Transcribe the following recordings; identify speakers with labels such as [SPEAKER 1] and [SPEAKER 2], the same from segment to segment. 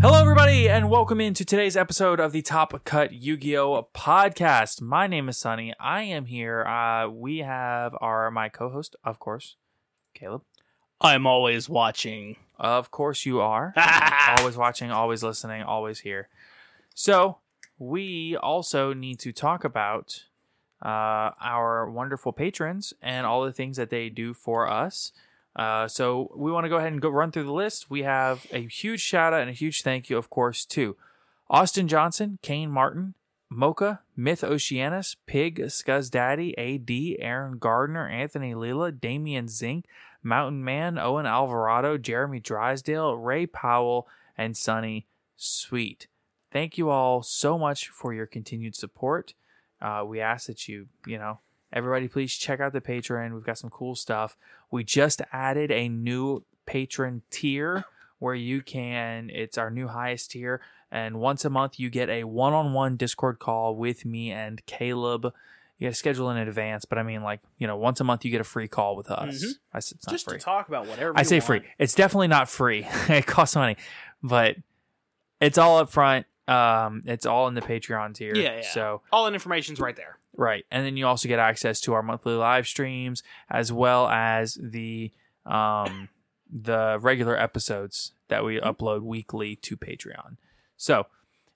[SPEAKER 1] Hello, everybody, and welcome into today's episode of the Top Cut Yu Gi Oh podcast. My name is Sunny. I am here. Uh, we have our my co-host, of course, Caleb.
[SPEAKER 2] I'm always watching.
[SPEAKER 1] Of course, you are always watching, always listening, always here. So we also need to talk about uh, our wonderful patrons and all the things that they do for us. Uh, so we want to go ahead and go run through the list. We have a huge shout out and a huge thank you, of course, to Austin Johnson, Kane Martin, Mocha, Myth Oceanus, Pig, Scuzz Daddy, AD, Aaron Gardner, Anthony Lila, Damian Zink, Mountain Man, Owen Alvarado, Jeremy Drysdale, Ray Powell, and Sonny Sweet. Thank you all so much for your continued support. Uh, we ask that you, you know, everybody please check out the Patreon. We've got some cool stuff. We just added a new patron tier where you can, it's our new highest tier. And once a month, you get a one on one Discord call with me and Caleb. You got to schedule in advance, but I mean, like, you know, once a month, you get a free call with us.
[SPEAKER 2] Mhm.
[SPEAKER 1] I said it's not
[SPEAKER 2] Just
[SPEAKER 1] free.
[SPEAKER 2] to talk about whatever
[SPEAKER 1] I
[SPEAKER 2] you
[SPEAKER 1] say
[SPEAKER 2] want.
[SPEAKER 1] free. It's definitely not free. it costs money, but it's all up front. Um, it's all in the Patreon tier.
[SPEAKER 2] Yeah, yeah.
[SPEAKER 1] So
[SPEAKER 2] All the information's right there.
[SPEAKER 1] Right. And then you also get access to our monthly live streams as well as the um the regular episodes that we upload weekly to Patreon. So,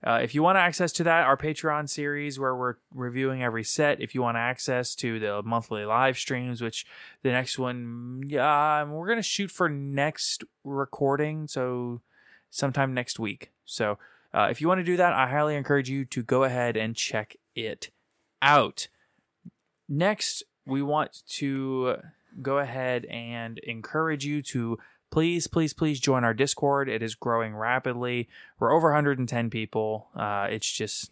[SPEAKER 1] uh, if you want access to that, our Patreon series where we're reviewing every set, if you want access to the monthly live streams, which the next one, yeah, um, we're going to shoot for next recording. So, sometime next week. So, uh, if you want to do that, I highly encourage you to go ahead and check it out. Next, we want to go ahead and encourage you to please, please, please join our Discord. It is growing rapidly. We're over 110 people. Uh, it's just,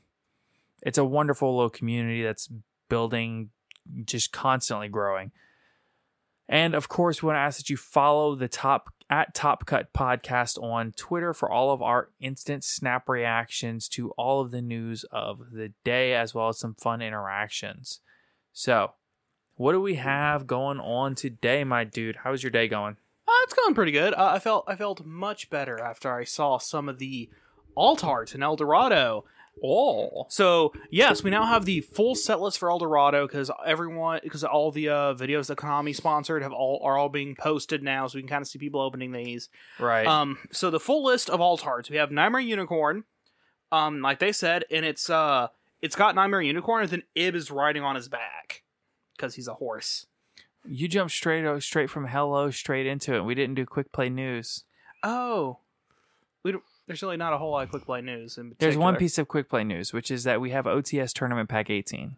[SPEAKER 1] it's a wonderful little community that's building, just constantly growing. And of course, we want to ask that you follow the top at Top Cut Podcast on Twitter for all of our instant snap reactions to all of the news of the day, as well as some fun interactions. So, what do we have going on today, my dude? How's your day going?
[SPEAKER 2] Uh, it's going pretty good. Uh, I felt I felt much better after I saw some of the alt art in El Dorado.
[SPEAKER 1] Oh,
[SPEAKER 2] So yes, we now have the full set list for El Dorado because everyone because all the uh, videos that Konami sponsored have all are all being posted now, so we can kind of see people opening these.
[SPEAKER 1] right.
[SPEAKER 2] Um, so the full list of alt arts we have Nightmare Unicorn, um, like they said, and it's uh, it's got Nightmare Unicorn, and then Ib is riding on his back because he's a horse.
[SPEAKER 1] you jumped straight oh, straight from hello straight into it. We didn't do quick play news.
[SPEAKER 2] Oh, we don't, there's really not a whole lot of quick play news. In
[SPEAKER 1] There's one
[SPEAKER 2] particular.
[SPEAKER 1] piece of quick play news, which is that we have OTS tournament pack 18.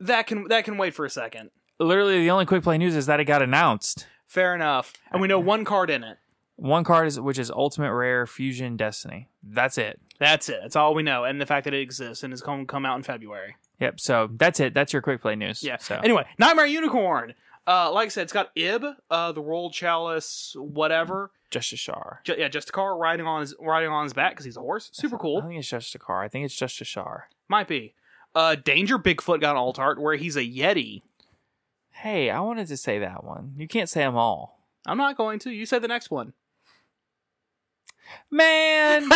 [SPEAKER 2] that can that can wait for a second.
[SPEAKER 1] Literally, the only quick play news is that it got announced.
[SPEAKER 2] Fair enough, and we know one card in it.
[SPEAKER 1] One card is which is Ultimate Rare Fusion Destiny. That's it.
[SPEAKER 2] That's it. That's all we know, and the fact that it exists and it's going to come out in February.
[SPEAKER 1] Yep. So that's it. That's your quick play news.
[SPEAKER 2] Yeah.
[SPEAKER 1] So
[SPEAKER 2] Anyway, Nightmare Unicorn. Uh, like I said, it's got Ib, uh, the World Chalice, whatever.
[SPEAKER 1] just a Shar.
[SPEAKER 2] Ju- yeah, just a car riding on his riding on his back because he's a horse. Super
[SPEAKER 1] I
[SPEAKER 2] cool.
[SPEAKER 1] don't think it's just a car. I think it's just a Shar.
[SPEAKER 2] Might be. Uh, Danger Bigfoot got an alt art where he's a Yeti.
[SPEAKER 1] Hey, I wanted to say that one. You can't say them all.
[SPEAKER 2] I'm not going to. You say the next one.
[SPEAKER 1] Man,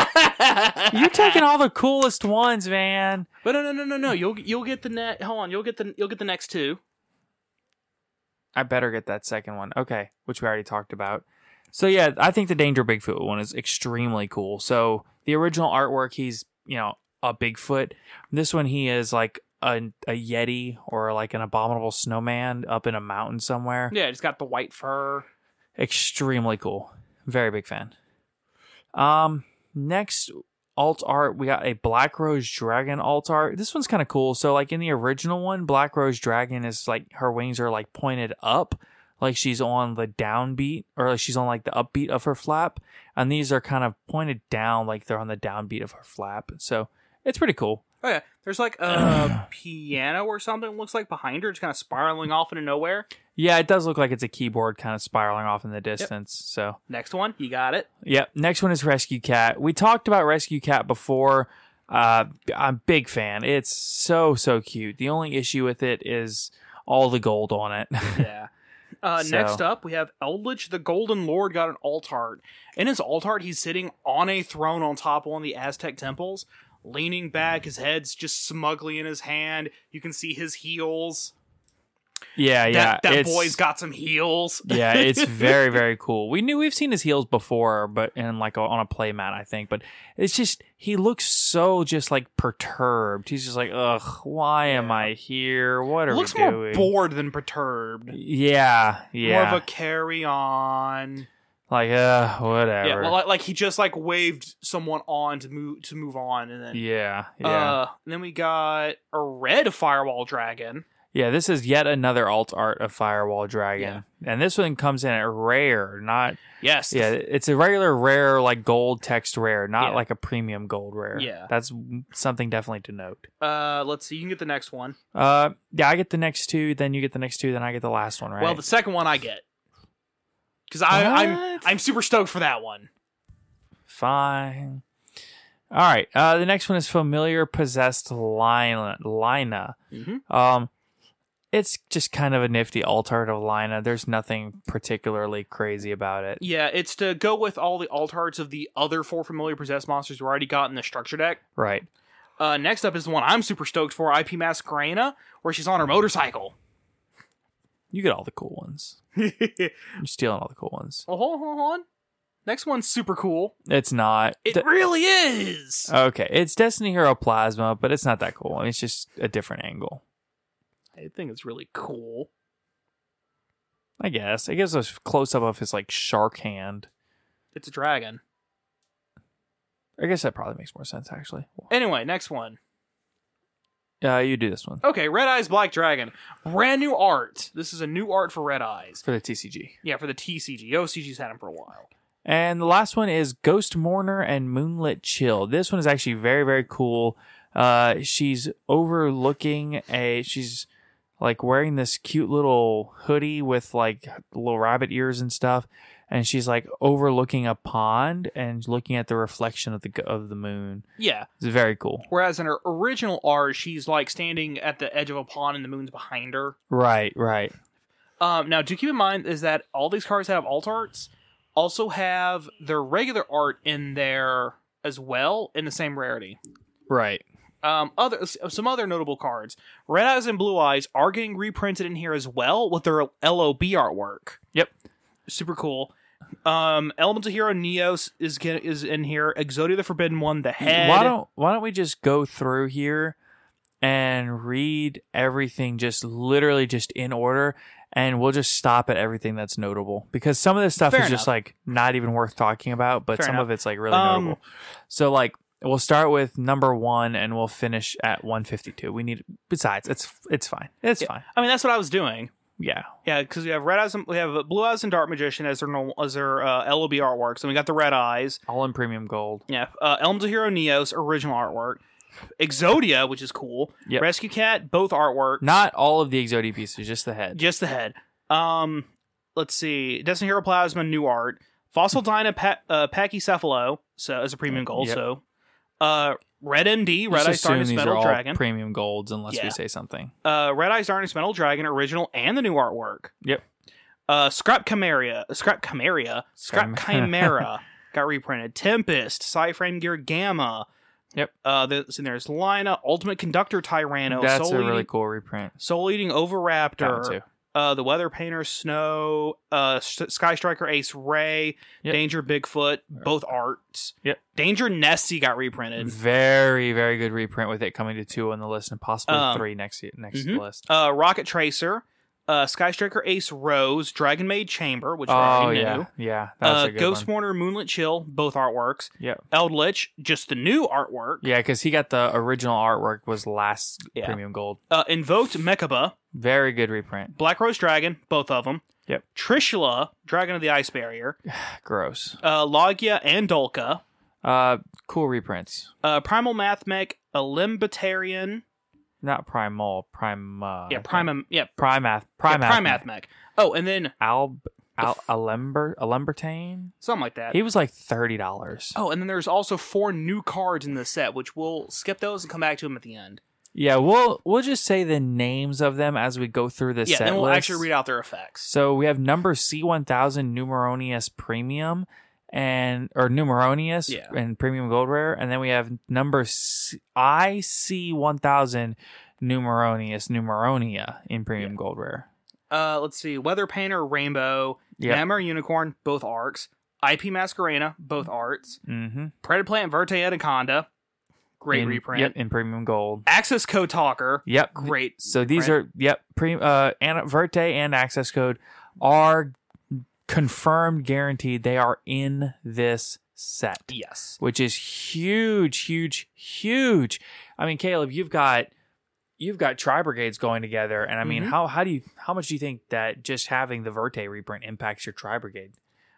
[SPEAKER 1] you're taking all the coolest ones, man.
[SPEAKER 2] But no, no, no, no, no. You'll you'll get the net. Hold on. You'll get the you'll get the next two.
[SPEAKER 1] I better get that second one. Okay, which we already talked about. So yeah, I think the Danger Bigfoot one is extremely cool. So the original artwork, he's you know a Bigfoot. This one, he is like a a Yeti or like an abominable snowman up in a mountain somewhere.
[SPEAKER 2] Yeah, it's got the white fur.
[SPEAKER 1] Extremely cool. Very big fan. Um, next alt art, we got a Black Rose Dragon alt art. This one's kind of cool. So like in the original one, Black Rose Dragon is like her wings are like pointed up, like she's on the downbeat or like she's on like the upbeat of her flap, and these are kind of pointed down, like they're on the downbeat of her flap. So it's pretty cool.
[SPEAKER 2] Oh yeah, there's like a piano or something. It looks like behind her, it's kind of spiraling off into nowhere.
[SPEAKER 1] Yeah, it does look like it's a keyboard kind of spiraling off in the distance. So
[SPEAKER 2] Next one, you got it.
[SPEAKER 1] Yep. Next one is Rescue Cat. We talked about Rescue Cat before. Uh, I'm a big fan. It's so so cute. The only issue with it is all the gold on it.
[SPEAKER 2] Yeah. Uh,
[SPEAKER 1] So-
[SPEAKER 2] Next up, we have Eldritch the Golden Lord got an alt art. In his alt art, he's sitting on a throne on top of one of the Aztec temples, leaning back, his head's just smugly in his hand. You can see his heels.
[SPEAKER 1] yeah, yeah.
[SPEAKER 2] that that
[SPEAKER 1] it's-
[SPEAKER 2] boy's got some heels.
[SPEAKER 1] yeah, it's very very cool. We knew we've seen his heels before, but and like on a playmat, I think. But it's just he looks so just like perturbed. He's just like, ugh, why am I here? What are
[SPEAKER 2] looks
[SPEAKER 1] we
[SPEAKER 2] more
[SPEAKER 1] doing?
[SPEAKER 2] bored than perturbed.
[SPEAKER 1] yeah, yeah.
[SPEAKER 2] More of a carry on.
[SPEAKER 1] like, uh, whatever.
[SPEAKER 2] Yeah, well, like, like he just like waved someone on to move to move on, and then
[SPEAKER 1] yeah, yeah.
[SPEAKER 2] Uh, and then we got a red firewall dragon.
[SPEAKER 1] Yeah, this is yet another alt art of Firewall Dragon. And this one comes in at rare, not
[SPEAKER 2] Yes, the
[SPEAKER 1] yeah, it's a regular rare like gold text rare, not
[SPEAKER 2] Yeah.
[SPEAKER 1] like a premium gold rare.
[SPEAKER 2] Yeah.
[SPEAKER 1] That's something definitely to note.
[SPEAKER 2] Uh, let's see. You can get the next one.
[SPEAKER 1] Uh yeah, I get the next two, then you get the next two, then I get the last one, right?
[SPEAKER 2] Well, the second one I get because I'm
[SPEAKER 1] What?
[SPEAKER 2] I'm super stoked for that one.
[SPEAKER 1] Fine. All right. Uh, the next one is familiar possessed Lina. Lina.
[SPEAKER 2] Mm-hmm.
[SPEAKER 1] Um, it's just kind of a nifty alt art of Lina. There's nothing particularly crazy about it.
[SPEAKER 2] Yeah, it's to go with all the alt arts of the other four familiar possessed monsters we already got in the structure deck.
[SPEAKER 1] Right.
[SPEAKER 2] Uh, next up is the one I'm super stoked for, IP Masquerina, where she's on her motorcycle.
[SPEAKER 1] You get all the cool ones.
[SPEAKER 2] well,
[SPEAKER 1] You're stealing all the cool ones.
[SPEAKER 2] hold on, hold on. Next one's super cool.
[SPEAKER 1] It's not.
[SPEAKER 2] It
[SPEAKER 1] De-
[SPEAKER 2] really is.
[SPEAKER 1] okay, it's Destiny Hero Plasma, but it's not that cool. I mean, it's just a different angle.
[SPEAKER 2] I think it's really cool.
[SPEAKER 1] I guess. It gives us close up of his like shark hand.
[SPEAKER 2] It's a dragon.
[SPEAKER 1] I guess that probably makes more sense actually.
[SPEAKER 2] Anyway, next one.
[SPEAKER 1] Uh, you do this one
[SPEAKER 2] Okay, Red Eyes Black Dragon. Brand new art. This is a new art for Red Eyes.
[SPEAKER 1] for the TCG.
[SPEAKER 2] Yeah, for the TCG. OCG's had him for a while.
[SPEAKER 1] And the last one is Ghost Mourner and Moonlit Chill. This one is actually very, very cool. Uh, she's overlooking a. She's like wearing this cute little hoodie with like little rabbit ears and stuff, and she's like overlooking a pond and looking at the reflection of the g- of the moon.
[SPEAKER 2] Yeah.
[SPEAKER 1] It's very cool.
[SPEAKER 2] Whereas in her original art, she's like standing at the edge of a pond and the moon's behind her.
[SPEAKER 1] Right, right.
[SPEAKER 2] Um, now, do keep in mind is that all these cards that have alt arts also have their regular art in there as well in the same rarity.
[SPEAKER 1] Right.
[SPEAKER 2] Um, other some other notable cards, Red Eyes and Blue Eyes are getting reprinted in here as well with their LOB artwork.
[SPEAKER 1] Yep.
[SPEAKER 2] super cool. Um, Elements of Hero Neos is get, is in here. Exodia the Forbidden One, the head.
[SPEAKER 1] Why don't Why don't we just go through here and read everything, just literally just in order, and we'll just stop at everything that's notable because some of this stuff
[SPEAKER 2] Fair
[SPEAKER 1] is just
[SPEAKER 2] enough.
[SPEAKER 1] like not even worth talking about, but
[SPEAKER 2] Fair
[SPEAKER 1] some
[SPEAKER 2] enough.
[SPEAKER 1] of it's like really
[SPEAKER 2] Um,
[SPEAKER 1] notable. So like we'll start with number one and we'll finish at 152. We need besides it's it's fine. It's fine.
[SPEAKER 2] I mean that's what I was doing.
[SPEAKER 1] Yeah.
[SPEAKER 2] Yeah, because we have red eyes. And, we have blue eyes and dark magician as their normal as their uh, LOB artworks, and we got the red eyes.
[SPEAKER 1] All in premium gold.
[SPEAKER 2] Yeah, uh, Elms of Hero Neo's original artwork, Exodia, which is cool.
[SPEAKER 1] Yep.
[SPEAKER 2] Rescue Cat, both artwork,
[SPEAKER 1] Not all of the Exodia pieces, just the head.
[SPEAKER 2] just the head. Um, let's see, Destiny Hero Plasma, new art. Fossil Dyna pa- uh, Pachycephalo, so as a premium gold.
[SPEAKER 1] Yep.
[SPEAKER 2] So, uh, Red MD, Red
[SPEAKER 1] Just
[SPEAKER 2] Eyes
[SPEAKER 1] assume
[SPEAKER 2] Darkness
[SPEAKER 1] these are
[SPEAKER 2] Metal
[SPEAKER 1] all
[SPEAKER 2] Dragon,
[SPEAKER 1] premium golds unless
[SPEAKER 2] Yeah.
[SPEAKER 1] we say something.
[SPEAKER 2] uh, Red Eyes Darkness Metal Dragon original, and the new artwork.
[SPEAKER 1] Yep.
[SPEAKER 2] Uh, Scrap Chimeria, Scrap Chimeria, Scrap
[SPEAKER 1] Chimera.
[SPEAKER 2] Chimera got reprinted. Tempest, Cyframe Gear Gamma.
[SPEAKER 1] Yep.
[SPEAKER 2] Uh, there's, and there's Lina, Ultimate Conductor Tyranno,
[SPEAKER 1] That's
[SPEAKER 2] Soul,
[SPEAKER 1] a really
[SPEAKER 2] Eating,
[SPEAKER 1] cool reprint.
[SPEAKER 2] Soul Eating
[SPEAKER 1] That one
[SPEAKER 2] Overraptor,
[SPEAKER 1] too.
[SPEAKER 2] uh, the Weather Painter, Snow, uh, S- Sky Striker Ace Ray,
[SPEAKER 1] Yep.
[SPEAKER 2] Danger Bigfoot, both arts.
[SPEAKER 1] Yep. Mm-hmm.
[SPEAKER 2] Danger Nessie got reprinted.
[SPEAKER 1] Very, very good reprint with it coming to two on the list and possibly
[SPEAKER 2] Um,
[SPEAKER 1] three next next to
[SPEAKER 2] mhm.
[SPEAKER 1] the list.
[SPEAKER 2] Uh, Rocket Tracer, uh, Sky Striker Ace Rose, Dragon Maid Chamber, which we
[SPEAKER 1] Oh
[SPEAKER 2] already knew.
[SPEAKER 1] yeah, yeah, that's
[SPEAKER 2] Uh,
[SPEAKER 1] a good
[SPEAKER 2] Ghost
[SPEAKER 1] one.
[SPEAKER 2] Mourner, Moonlit Chill, both artworks.
[SPEAKER 1] Yeah,
[SPEAKER 2] Eld Lich, just the new artwork.
[SPEAKER 1] yeah, because he got the original artwork was last
[SPEAKER 2] Yeah.
[SPEAKER 1] premium gold.
[SPEAKER 2] Uh, Invoked Mechaba,
[SPEAKER 1] Very good reprint.
[SPEAKER 2] Black Rose Dragon, both of them.
[SPEAKER 1] Yep.
[SPEAKER 2] Trishula, Dragon of the Ice Barrier,
[SPEAKER 1] Gross.
[SPEAKER 2] uh, Logia and Dolka,
[SPEAKER 1] Uh, cool reprints.
[SPEAKER 2] uh, Primal Math Mech, Elimbitarian,
[SPEAKER 1] Not primal, prime. Uh,
[SPEAKER 2] yeah, Prima, yeah,
[SPEAKER 1] primath,
[SPEAKER 2] yeah,
[SPEAKER 1] primath,
[SPEAKER 2] Primath Mech. Oh, and then
[SPEAKER 1] Alb, Al, Alember, Alembertane.
[SPEAKER 2] something like that.
[SPEAKER 1] He was like thirty dollars.
[SPEAKER 2] Oh, and then there's also four new cards in the set, which we'll skip those and come back to them at the end.
[SPEAKER 1] Yeah, we'll we'll just say the names of them as we go through this
[SPEAKER 2] yeah,
[SPEAKER 1] set
[SPEAKER 2] then we'll
[SPEAKER 1] list.
[SPEAKER 2] actually read out their effects.
[SPEAKER 1] So we have number C1000 Numeronius Premium and or Numeronius
[SPEAKER 2] Yeah.
[SPEAKER 1] and Premium Gold Rare and then we have number C- IC1000 Numeronius Numeronia in Premium Gold Rare.
[SPEAKER 2] Uh, let's see, Weather Painter, Rainbow,
[SPEAKER 1] Yep.
[SPEAKER 2] Namor Unicorn, both arcs. IP Mascarena, both arts.
[SPEAKER 1] Mhm.
[SPEAKER 2] Predator Plant Verte Anaconda, great
[SPEAKER 1] In-
[SPEAKER 2] reprint.
[SPEAKER 1] Yep, in Premium Gold.
[SPEAKER 2] Access Code Talker,
[SPEAKER 1] Yep.
[SPEAKER 2] great.
[SPEAKER 1] So these
[SPEAKER 2] reprint.
[SPEAKER 1] are yep, pre, uh Ana- Verte and Access Code are confirmed guaranteed they are in this set.
[SPEAKER 2] yes,
[SPEAKER 1] which is huge, huge, huge. I mean, Caleb, you've got you've got tri brigades going together, and I mean,
[SPEAKER 2] Mm-hmm.
[SPEAKER 1] how how do you how much do you think that just having the Verte reprint impacts your tri brigade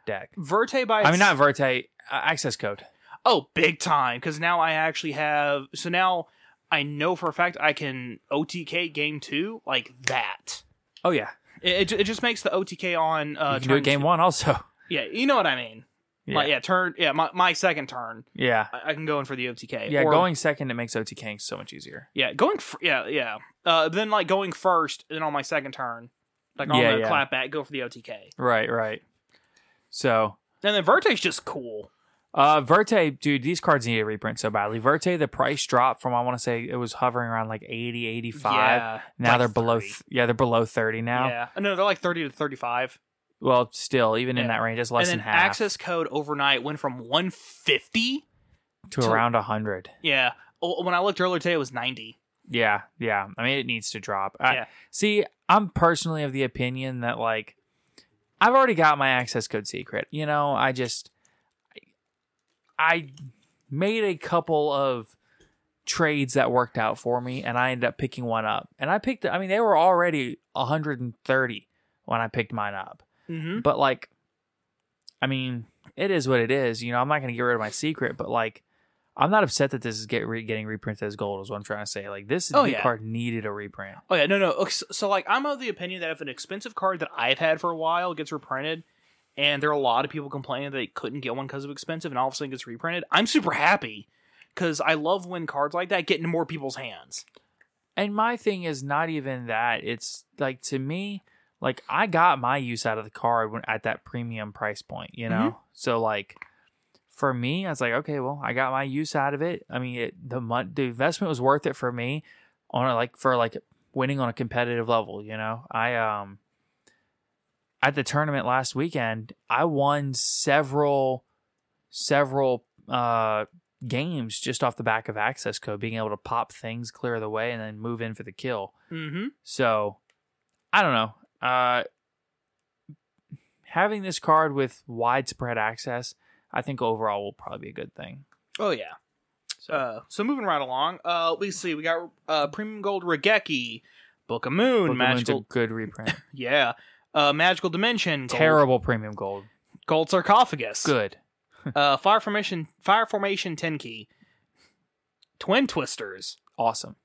[SPEAKER 1] deck?
[SPEAKER 2] Verte by
[SPEAKER 1] I mean, not Verte uh, access code.
[SPEAKER 2] oh big time because now I actually have so now I know for a fact I can OTK game two like that.
[SPEAKER 1] Oh yeah,
[SPEAKER 2] It, it, ju- it just makes the OTK on uh,
[SPEAKER 1] you can do
[SPEAKER 2] turn
[SPEAKER 1] it game
[SPEAKER 2] two-
[SPEAKER 1] one also.
[SPEAKER 2] Yeah, you know what I mean.
[SPEAKER 1] Yeah,
[SPEAKER 2] Like, yeah, turn. Yeah, my, my second turn,
[SPEAKER 1] yeah,
[SPEAKER 2] I, I can go in for the OTK.
[SPEAKER 1] yeah.
[SPEAKER 2] or-
[SPEAKER 1] going second it makes OTKing so much easier.
[SPEAKER 2] Yeah, going. F- yeah, yeah. Uh, then like going first, and then on my second turn, like on
[SPEAKER 1] Yeah,
[SPEAKER 2] the
[SPEAKER 1] yeah.
[SPEAKER 2] clap back, go for the OTK.
[SPEAKER 1] Right, right. So
[SPEAKER 2] And then Verte's just cool.
[SPEAKER 1] Uh, Verte, dude, these cards need a reprint so badly. Verte, the price dropped from I want to say it was hovering around like 80, 85.
[SPEAKER 2] Yeah,
[SPEAKER 1] now
[SPEAKER 2] like
[SPEAKER 1] they're below,
[SPEAKER 2] 30.
[SPEAKER 1] th- yeah, they're below thirty now.
[SPEAKER 2] Yeah. No, they're like 30 to 35.
[SPEAKER 1] Well, still, even in
[SPEAKER 2] Yeah.
[SPEAKER 1] that range, it's less
[SPEAKER 2] and then
[SPEAKER 1] than half
[SPEAKER 2] access code overnight went from 150.
[SPEAKER 1] to,
[SPEAKER 2] to-
[SPEAKER 1] around hundred.
[SPEAKER 2] Yeah. Oh, When I looked earlier today, it was 90.
[SPEAKER 1] Yeah, yeah. I mean, it needs to drop. I,
[SPEAKER 2] Yeah.
[SPEAKER 1] See, I'm personally of the opinion that like I've already got my access code secret. You know, I just I made a couple of trades that worked out for me and I ended up picking one up. And I picked I mean, they were already 130 when I picked mine up.
[SPEAKER 2] Mm-hmm.
[SPEAKER 1] But like I mean, it is what it is. You know, I'm not going to get rid of my secret, but like I'm not upset that this is get re- getting reprinted as gold. Is what I'm trying to say. Like this
[SPEAKER 2] Oh,
[SPEAKER 1] new
[SPEAKER 2] yeah.
[SPEAKER 1] card needed a reprint.
[SPEAKER 2] Oh, yeah. No, no. okay, So, so, like, I'm of the opinion that if an expensive card that I've had for a while gets reprinted, and there are a lot of people complaining that they couldn't get one because of expensive, and all of a sudden gets reprinted, I'm super happy because I love when cards like that get into more people's hands.
[SPEAKER 1] And my thing is not even that. It's like to me, like I got my use out of the card when at that premium price point, you know? So like for me, I was like, okay, well, I got my use out of it. I mean, it, the mon- the investment was worth it for me on a, like for like winning on a competitive level, you know? I um at the tournament last weekend, I won several several uh games just off the back of access code, being able to pop things, clear the way, and then move in for the kill.
[SPEAKER 2] Mm-hmm.
[SPEAKER 1] So I don't know. Uh, having this card with widespread access, I think overall will probably be a good thing.
[SPEAKER 2] Oh, yeah.
[SPEAKER 1] So
[SPEAKER 2] Uh, so moving right along, uh, we see we got uh, premium gold Regeki, Book of Moon,
[SPEAKER 1] Book of Moon's
[SPEAKER 2] Magical,
[SPEAKER 1] a good reprint.
[SPEAKER 2] yeah, uh, Magical Dimension, Gold-
[SPEAKER 1] Terrible premium gold.
[SPEAKER 2] Gold Sarcophagus,
[SPEAKER 1] Good.
[SPEAKER 2] uh, Fire Formation, Fire Formation Tenkey, Twin Twisters,
[SPEAKER 1] Awesome.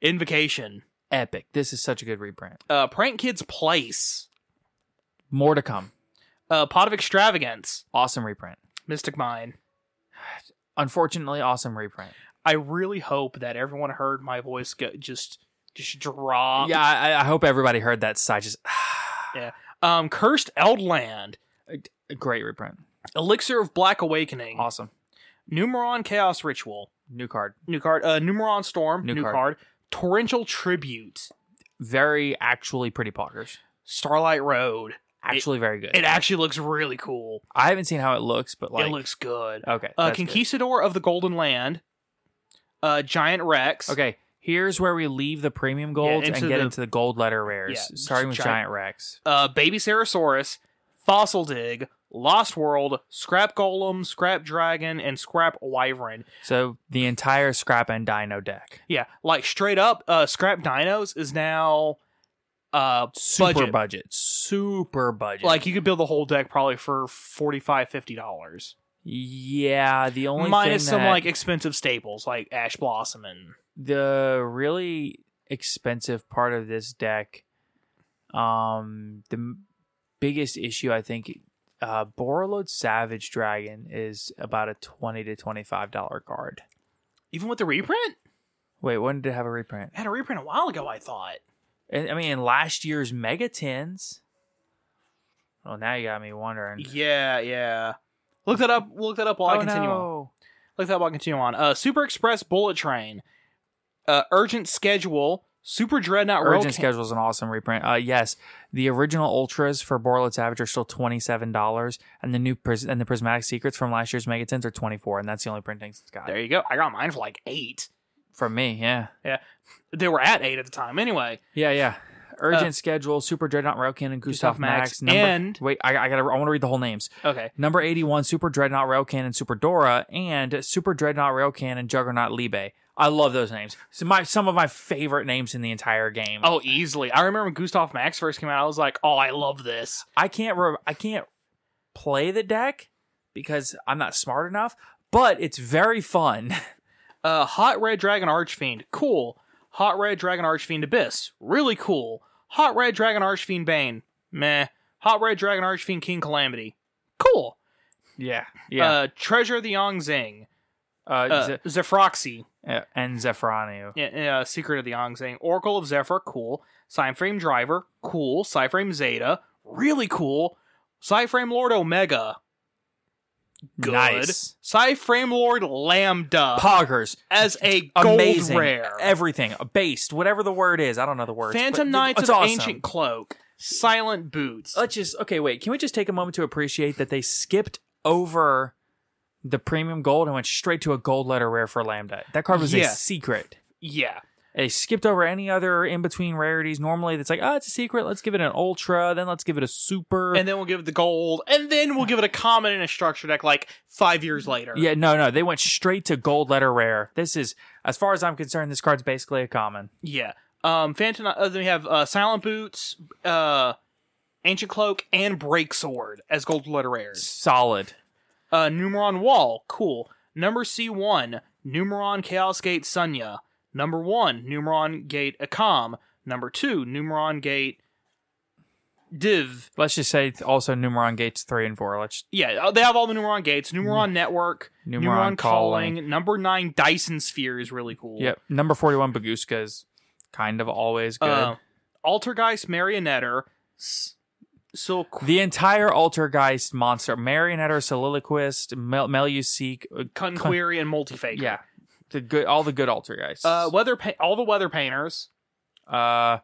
[SPEAKER 2] Invocation,
[SPEAKER 1] Epic. This is such a good reprint.
[SPEAKER 2] uh, Prank Kids Place,
[SPEAKER 1] More to come.
[SPEAKER 2] uh, Pot of Extravagance,
[SPEAKER 1] Awesome reprint.
[SPEAKER 2] Mystic Mine.
[SPEAKER 1] Unfortunately, awesome reprint.
[SPEAKER 2] I really hope that everyone heard my voice go just just drop.
[SPEAKER 1] yeah, I, I hope everybody heard that sigh. Just
[SPEAKER 2] yeah. Um, Cursed Eldland,
[SPEAKER 1] great reprint.
[SPEAKER 2] Elixir of Black Awakening,
[SPEAKER 1] Awesome.
[SPEAKER 2] Numeron Chaos Ritual,
[SPEAKER 1] New card.
[SPEAKER 2] new card, uh, Numeron Storm,
[SPEAKER 1] New
[SPEAKER 2] new,
[SPEAKER 1] card.
[SPEAKER 2] card. Torrential Tribute,
[SPEAKER 1] Very actually pretty poggers.
[SPEAKER 2] Starlight Road.
[SPEAKER 1] Actually very good.
[SPEAKER 2] It actually looks really cool.
[SPEAKER 1] I haven't seen how it looks, but like
[SPEAKER 2] it looks good.
[SPEAKER 1] okay.
[SPEAKER 2] Uh,
[SPEAKER 1] that's good.
[SPEAKER 2] Conquistador of the Golden Land, uh, Giant Rex.
[SPEAKER 1] Okay, here's where we leave the premium golds and
[SPEAKER 2] into
[SPEAKER 1] get
[SPEAKER 2] the-
[SPEAKER 1] into the gold letter rares,
[SPEAKER 2] Yeah,
[SPEAKER 1] starting with
[SPEAKER 2] giant-
[SPEAKER 1] Giant Rex.
[SPEAKER 2] uh, Baby Sarosaurus, Fossil Dig, Lost World, Scrap Golem, Scrap Dragon, and Scrap Wyvern.
[SPEAKER 1] So the entire Scrap and Dino deck.
[SPEAKER 2] Yeah, like straight up, uh, Scrap Dinos is now uh,
[SPEAKER 1] Super budget.
[SPEAKER 2] budget.
[SPEAKER 1] Super budget.
[SPEAKER 2] Like you could build the whole deck probably for $45, 50 dollars.
[SPEAKER 1] yeah, the only
[SPEAKER 2] Minus
[SPEAKER 1] thing
[SPEAKER 2] some
[SPEAKER 1] that-
[SPEAKER 2] like expensive staples like Ash Blossom and
[SPEAKER 1] the really expensive part of this deck um the m- biggest issue i think uh borrowload savage dragon is about a 20 to 25 dollar card
[SPEAKER 2] even with the reprint?
[SPEAKER 1] wait when did it have a reprint
[SPEAKER 2] I had a reprint a while ago, I thought.
[SPEAKER 1] and, i mean in last year's mega tens well now you got me wondering
[SPEAKER 2] Yeah, yeah. Look that up. Look that up while I
[SPEAKER 1] Oh,
[SPEAKER 2] continue on.
[SPEAKER 1] no.
[SPEAKER 2] Look that up while I continue on. Uh, Super Express Bullet Train, uh, Urgent Schedule, Super Dreadnought Roll
[SPEAKER 1] Urgent
[SPEAKER 2] Ca-
[SPEAKER 1] Schedule is an awesome reprint. Uh, yes, the original Ultras for Borlet Savage are still twenty seven dollars, and the new Pris- and the Prismatic Secrets from last year's Megatins are twenty four, and that's the only printings it's got
[SPEAKER 2] There you go. I got mine for like eight.
[SPEAKER 1] from me. Yeah,
[SPEAKER 2] Yeah, they were at eight at the time. Anyway,
[SPEAKER 1] yeah, yeah. Urgent Schedule, Super Dreadnought, Railkin, and Gustav
[SPEAKER 2] Uh, Gustav
[SPEAKER 1] Max.
[SPEAKER 2] Max,
[SPEAKER 1] number-
[SPEAKER 2] and-
[SPEAKER 1] wait, I, I gotta. I want to read the whole names.
[SPEAKER 2] okay.
[SPEAKER 1] Number eighty one, Super Dreadnought, Railkin, and Super Dora, and Super Dreadnought, Railkin, and Juggernaut Libe. I love those names. So my some of my favorite names in the entire game.
[SPEAKER 2] Oh, easily. I remember when Gustav Max first came out. I was like, oh, I love this.
[SPEAKER 1] I can't re- I can't play the deck because I'm not smart enough, but it's very fun.
[SPEAKER 2] Uh, Hot Red Dragon Archfiend, cool. Hot Red Dragon Archfiend Abyss, really cool. Hot Red Dragon Archfiend Bane, meh. Hot Red Dragon Archfiend King Calamity, cool.
[SPEAKER 1] Yeah,
[SPEAKER 2] Uh, Treasure of the Yongzing,
[SPEAKER 1] Uh,
[SPEAKER 2] uh,
[SPEAKER 1] Ze-
[SPEAKER 2] Zephyroxy,
[SPEAKER 1] uh, and Zephyronio.
[SPEAKER 2] yeah, uh, Secret of the Yongzing, Oracle of Zephyr, cool. Cyframe Driver, cool. Cyframe Zeta, really cool. Cyframe Lord Omega, good.
[SPEAKER 1] Nice.
[SPEAKER 2] Cyframe Lord Lambda,
[SPEAKER 1] Poggers,
[SPEAKER 2] as a gold
[SPEAKER 1] amazing,
[SPEAKER 2] rare.
[SPEAKER 1] everything, based, whatever the word is. I don't know the words.
[SPEAKER 2] Phantom
[SPEAKER 1] but
[SPEAKER 2] Knights
[SPEAKER 1] it's
[SPEAKER 2] of
[SPEAKER 1] awesome.
[SPEAKER 2] Ancient Cloak, Silent Boots.
[SPEAKER 1] Let's just okay. Wait, can we just take a moment to appreciate that they skipped over the premium gold and went straight to a gold letter rare for Lambda? That card was a
[SPEAKER 2] Yeah.
[SPEAKER 1] secret.
[SPEAKER 2] yeah.
[SPEAKER 1] they skipped over any other in between rarities. Normally, it's like, oh, it's a secret. Let's give it an ultra. Then let's give it a super.
[SPEAKER 2] And then we'll give it the gold, and then we'll give it a common and a structure deck like five years later.
[SPEAKER 1] yeah, no, no. They went straight to gold letter rare. This is, as far as I'm concerned, this card's basically a common.
[SPEAKER 2] Yeah. Um, Phantom. Uh, then we have uh, Silent Boots, uh, Ancient Cloak, and Break Sword as gold letter rares.
[SPEAKER 1] Solid.
[SPEAKER 2] Uh, Numeron Wall, cool. Number C one, Numeron Chaos Gate Sunya. Number one, Numeron Gate Akam. Number two, Numeron Gate Div.
[SPEAKER 1] Let's just say th- also Numeron Gates three and four. Let's
[SPEAKER 2] Yeah, uh, they have all the Numeron Gates, Numeron Network,
[SPEAKER 1] Numeron
[SPEAKER 2] Numeron, calling. Number nine, Dyson Sphere is really cool.
[SPEAKER 1] yep. Number forty one Baguska is kind of always good.
[SPEAKER 2] Uh, Altergeist Marionetter. S- so
[SPEAKER 1] the entire Altergeist monster, Marionetter, Soliloquist, Mel- Meluseek, uh,
[SPEAKER 2] Conquery and Multifaker.
[SPEAKER 1] yeah, the good, all the good Altergeists.
[SPEAKER 2] Uh, weather pa- all the weather painters.
[SPEAKER 1] Uh,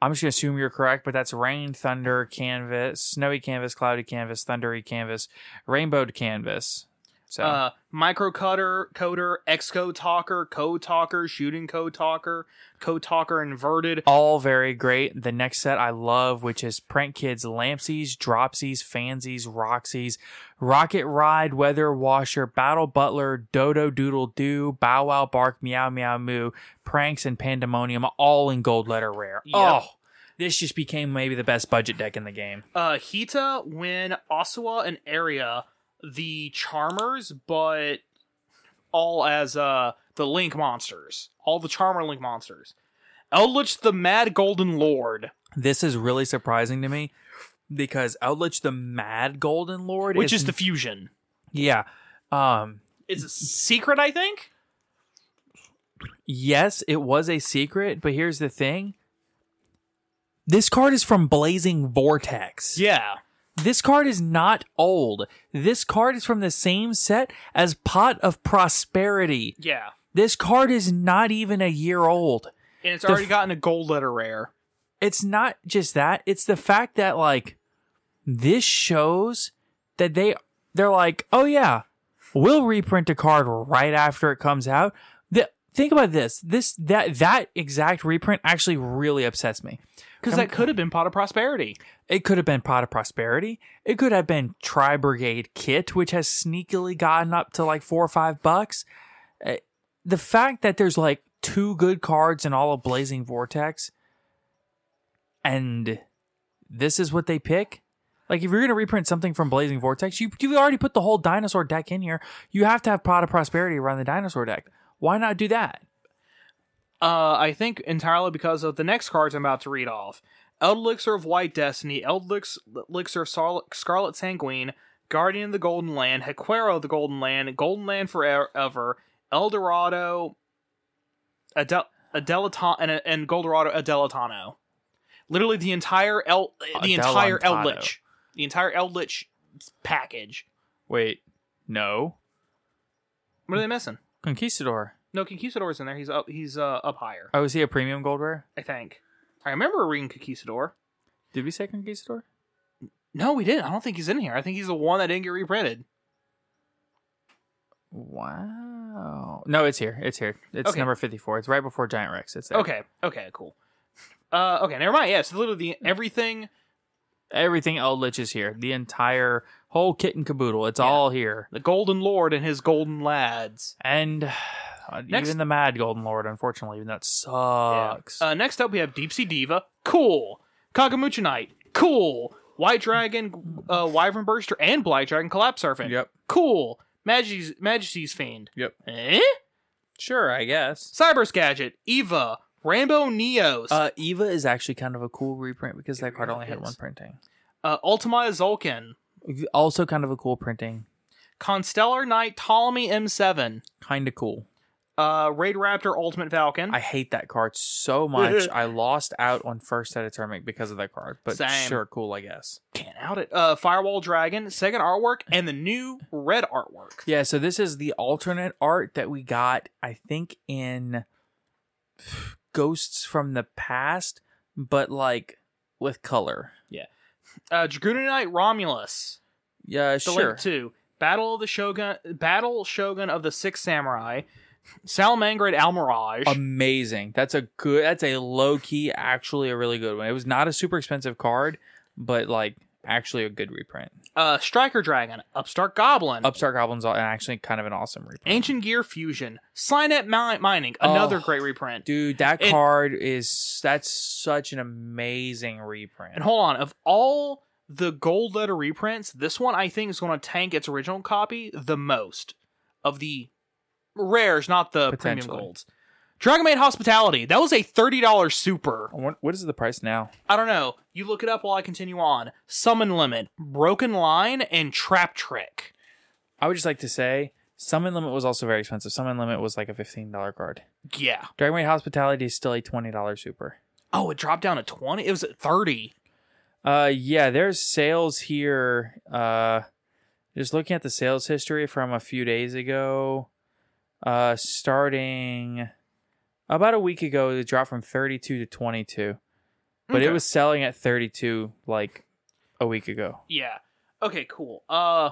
[SPEAKER 1] I'm just gonna assume you're correct, but that's rain, thunder, canvas, snowy canvas, cloudy canvas, thundery canvas, rainbowed canvas. So
[SPEAKER 2] uh, micro cutter, coder, Xcode talker, code talker, shooting code talker, code talker inverted.
[SPEAKER 1] all very great. The next set I love, which is Prank Kids, Lampsies, Dropsies, Fansies, Roxies, Rocket Ride, Weather Washer, Battle Butler, Dodo Doodle Doo, Bow Wow Bark, Meow Meow Moo, Pranks, and Pandemonium, all in gold letter rare.
[SPEAKER 2] Yep.
[SPEAKER 1] Oh, this just became maybe the best budget deck in the game.
[SPEAKER 2] Uh, Hita, when Osawa and Area, the Charmers, but all as uh the Link monsters, all the Charmer Link monsters. Eldritch the Mad Golden Lord,
[SPEAKER 1] This is really surprising to me because Outlich the Mad Golden Lord,
[SPEAKER 2] which is the fusion.
[SPEAKER 1] yeah. Um,
[SPEAKER 2] It's a secret, I think.
[SPEAKER 1] yes, it was a secret, but here's the thing. This card is from Blazing Vortex.
[SPEAKER 2] Yeah.
[SPEAKER 1] This card is not old. This card is from the same set as Pot of Prosperity.
[SPEAKER 2] Yeah.
[SPEAKER 1] This card is not even a year old.
[SPEAKER 2] And it's
[SPEAKER 1] The
[SPEAKER 2] already
[SPEAKER 1] f-
[SPEAKER 2] gotten a gold letter rare.
[SPEAKER 1] It's not just that, it's the fact that like this shows that they they're like, "Oh yeah, we'll reprint a card right after it comes out." The, think about this. This that that exact reprint actually really upsets me.
[SPEAKER 2] Because that could have been Pot of Prosperity.
[SPEAKER 1] It could have been Pot of Prosperity. It could have been Tri Brigade Kit, which has sneakily gotten up to like four or five bucks. Uh, The fact that there's like two good cards in all of Blazing Vortex, and this is what they pick. Like, if you're going to reprint something from Blazing Vortex, you, you've already put the whole dinosaur deck in here. You have to have Pot of Prosperity around the dinosaur deck. Why not do that?
[SPEAKER 2] Uh, I think entirely because of the next cards I'm about to read off. Elixir of White Destiny, Elix- Elixir of Scarlet, Scarlet Sanguine, Guardian of the Golden Land, Hequero of the Golden Land, Golden Land Forever, Eldorado, Adel- Adelaton- and, and Goldorado Adelatano. Literally the entire El- the entire
[SPEAKER 1] Adelantado.
[SPEAKER 2] Eldritch. The entire Eldritch package.
[SPEAKER 1] Wait, no.
[SPEAKER 2] What are they missing?
[SPEAKER 1] Conquistador.
[SPEAKER 2] No, Conquistador's in there. He's up he's uh, up higher,
[SPEAKER 1] Oh, is he a premium gold rare?
[SPEAKER 2] I think. I remember reading Conquistador.
[SPEAKER 1] Did we say Conquistador?
[SPEAKER 2] No, we didn't. I don't think he's in here. I think he's the one that didn't get reprinted.
[SPEAKER 1] Wow. No, it's here. It's here. It's
[SPEAKER 2] Okay.
[SPEAKER 1] number 54. It's right before Giant Rex. It's there.
[SPEAKER 2] Okay. Okay. Cool. Uh, okay. Never mind. Yeah. So literally the, everything,
[SPEAKER 1] Everything Eldritch is here. The entire whole kit and caboodle. It's all here.
[SPEAKER 2] the Golden Lord and his Golden Lads.
[SPEAKER 1] And uh,
[SPEAKER 2] Next-
[SPEAKER 1] even the Mad Golden Lord, unfortunately, even that sucks.
[SPEAKER 2] Uh, next up, we have Deep Sea Diva. Cool. Kagamucha Knight. Cool. White Dragon, uh, Wyvern Burster, and Black Dragon Collapse Serpent.
[SPEAKER 1] Yep.
[SPEAKER 2] Cool. Majesty's, Majesty's Fiend.
[SPEAKER 1] Yep.
[SPEAKER 2] Eh?
[SPEAKER 1] Sure, I guess.
[SPEAKER 2] Cyber Gadget. Eva. Rambo Neos.
[SPEAKER 1] Uh, Eva is actually kind of a cool reprint because that card only had
[SPEAKER 2] is.
[SPEAKER 1] one printing.
[SPEAKER 2] uh, Ultima Zolkin.
[SPEAKER 1] Also, kind of a cool printing.
[SPEAKER 2] Constellar Knight. Ptolemy M7.
[SPEAKER 1] Kind of cool.
[SPEAKER 2] Uh, Raid Raptor Ultimate Falcon.
[SPEAKER 1] I hate that card so much. I lost out on first at a tournament because of that card. But
[SPEAKER 2] Same.
[SPEAKER 1] sure, cool, I guess.
[SPEAKER 2] can't out it. Uh, Firewall Dragon, second artwork, and the new red artwork.
[SPEAKER 1] Yeah, so this is the alternate art that we got, I think, in Ghosts from the Past, but like with color.
[SPEAKER 2] Uh, Dragoonite Romulus,
[SPEAKER 1] Yeah,
[SPEAKER 2] the
[SPEAKER 1] sure.
[SPEAKER 2] link two. Battle of the Shogun, Battle Shogun of the Six Samurai, Salamangrid Almirage.
[SPEAKER 1] Amazing. That's a good. That's a low key, actually a really good one. It was not a super expensive card, but like actually a good reprint.
[SPEAKER 2] uh, Striker Dragon, Upstart Goblin,
[SPEAKER 1] Upstart Goblins and actually kind of an awesome reprint.
[SPEAKER 2] Ancient Gear Fusion, Signet Mi- Mining, another
[SPEAKER 1] Oh,
[SPEAKER 2] great reprint.
[SPEAKER 1] Dude, that
[SPEAKER 2] And-
[SPEAKER 1] card is that's such an amazing reprint.
[SPEAKER 2] And hold on, of all the gold letter reprints, this one I think is going to tank its original copy the most of the rares, not the premium
[SPEAKER 1] Potentially.
[SPEAKER 2] golds. Dragon Maid Hospitality. That was a $30 super.
[SPEAKER 1] What, what is the price now?
[SPEAKER 2] I don't know. You look it up while I continue on. Summon Limit, Broken Line, and Trap Trick.
[SPEAKER 1] I would just like to say Summon Limit was also very expensive. Summon Limit was like a fifteen dollar card.
[SPEAKER 2] Yeah.
[SPEAKER 1] Dragon Maid Hospitality is still a twenty dollar super.
[SPEAKER 2] Oh, it dropped down to 20? It was at 30.
[SPEAKER 1] Uh yeah, there's sales here. Uh just looking at the sales history from a few days ago. Uh starting about a week ago, it dropped from thirty two to twenty two. But it
[SPEAKER 2] Okay.
[SPEAKER 1] was selling at thirty two like a week ago.
[SPEAKER 2] Yeah. Okay, cool. Uh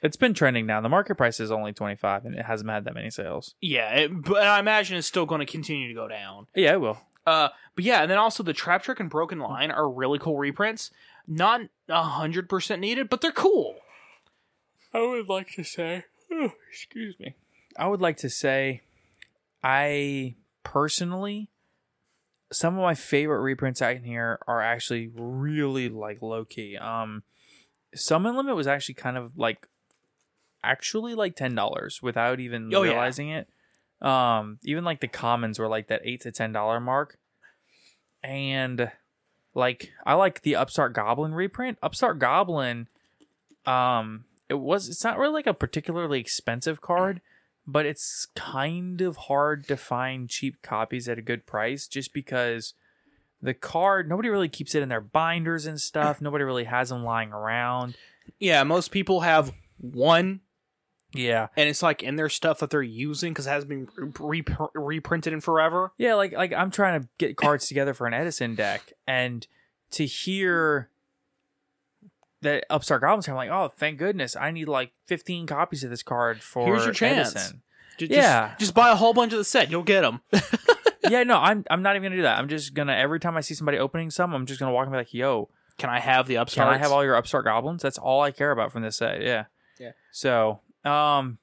[SPEAKER 1] It's been trending now. The market price is only 25 and it hasn't had that many sales.
[SPEAKER 2] Yeah, it, but I imagine it's still going to continue to go down.
[SPEAKER 1] Yeah, it will.
[SPEAKER 2] Uh, but yeah, and then also the Trap Trick and Broken Line are really cool reprints. Not hundred percent needed, but they're cool.
[SPEAKER 1] I would like to say, oh, excuse me. I would like to say, I personally, some of my favorite reprints out in here are actually really like low key. Um, Summon Limit was actually kind of like, actually like ten dollars without even
[SPEAKER 2] Oh, yeah.
[SPEAKER 1] realizing it. Um, even like the commons were like that eight to ten dollar mark, and like I like the Upstart Goblin reprint. Upstart Goblin um it was it's not really like a particularly expensive card but it's kind of hard to find cheap copies at a good price just because the card nobody really keeps it in their binders and stuff nobody really has them lying around
[SPEAKER 2] Yeah, most people have one,
[SPEAKER 1] yeah
[SPEAKER 2] and it's like in their stuff that they're using because it hasn't been re- repr- reprinted in forever.
[SPEAKER 1] yeah like like i'm trying to get cards together for an edison deck and to hear that upstart goblins i'm like oh thank goodness i need like 15 copies of this card for
[SPEAKER 2] Here's your chance.
[SPEAKER 1] Edison.
[SPEAKER 2] Ju- Just,
[SPEAKER 1] Yeah.
[SPEAKER 2] just, buy a whole bunch of the set, you'll get them.
[SPEAKER 1] yeah, no, I'm I'm not even gonna do that. I'm just gonna every time I see somebody opening some, I'm just gonna walk and be like, "Yo,
[SPEAKER 2] Can I have the
[SPEAKER 1] can
[SPEAKER 2] upstart?
[SPEAKER 1] I have all your upstart goblins?" That's all I care about from this set. Yeah,
[SPEAKER 2] Yeah.
[SPEAKER 1] So, um,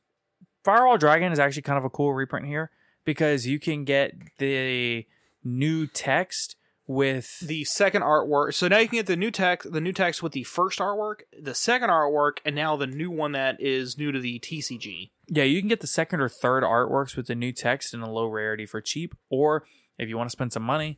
[SPEAKER 1] Firewall Dragon is actually kind of a cool reprint here because you can get the new text with
[SPEAKER 2] the second artwork? So now you can get the new text, the new text with the first artwork, the second artwork, and now the new one that is new to the TCG.
[SPEAKER 1] yeah, you can get the second or third artworks with the new text and a low rarity for cheap, or if you want to spend some money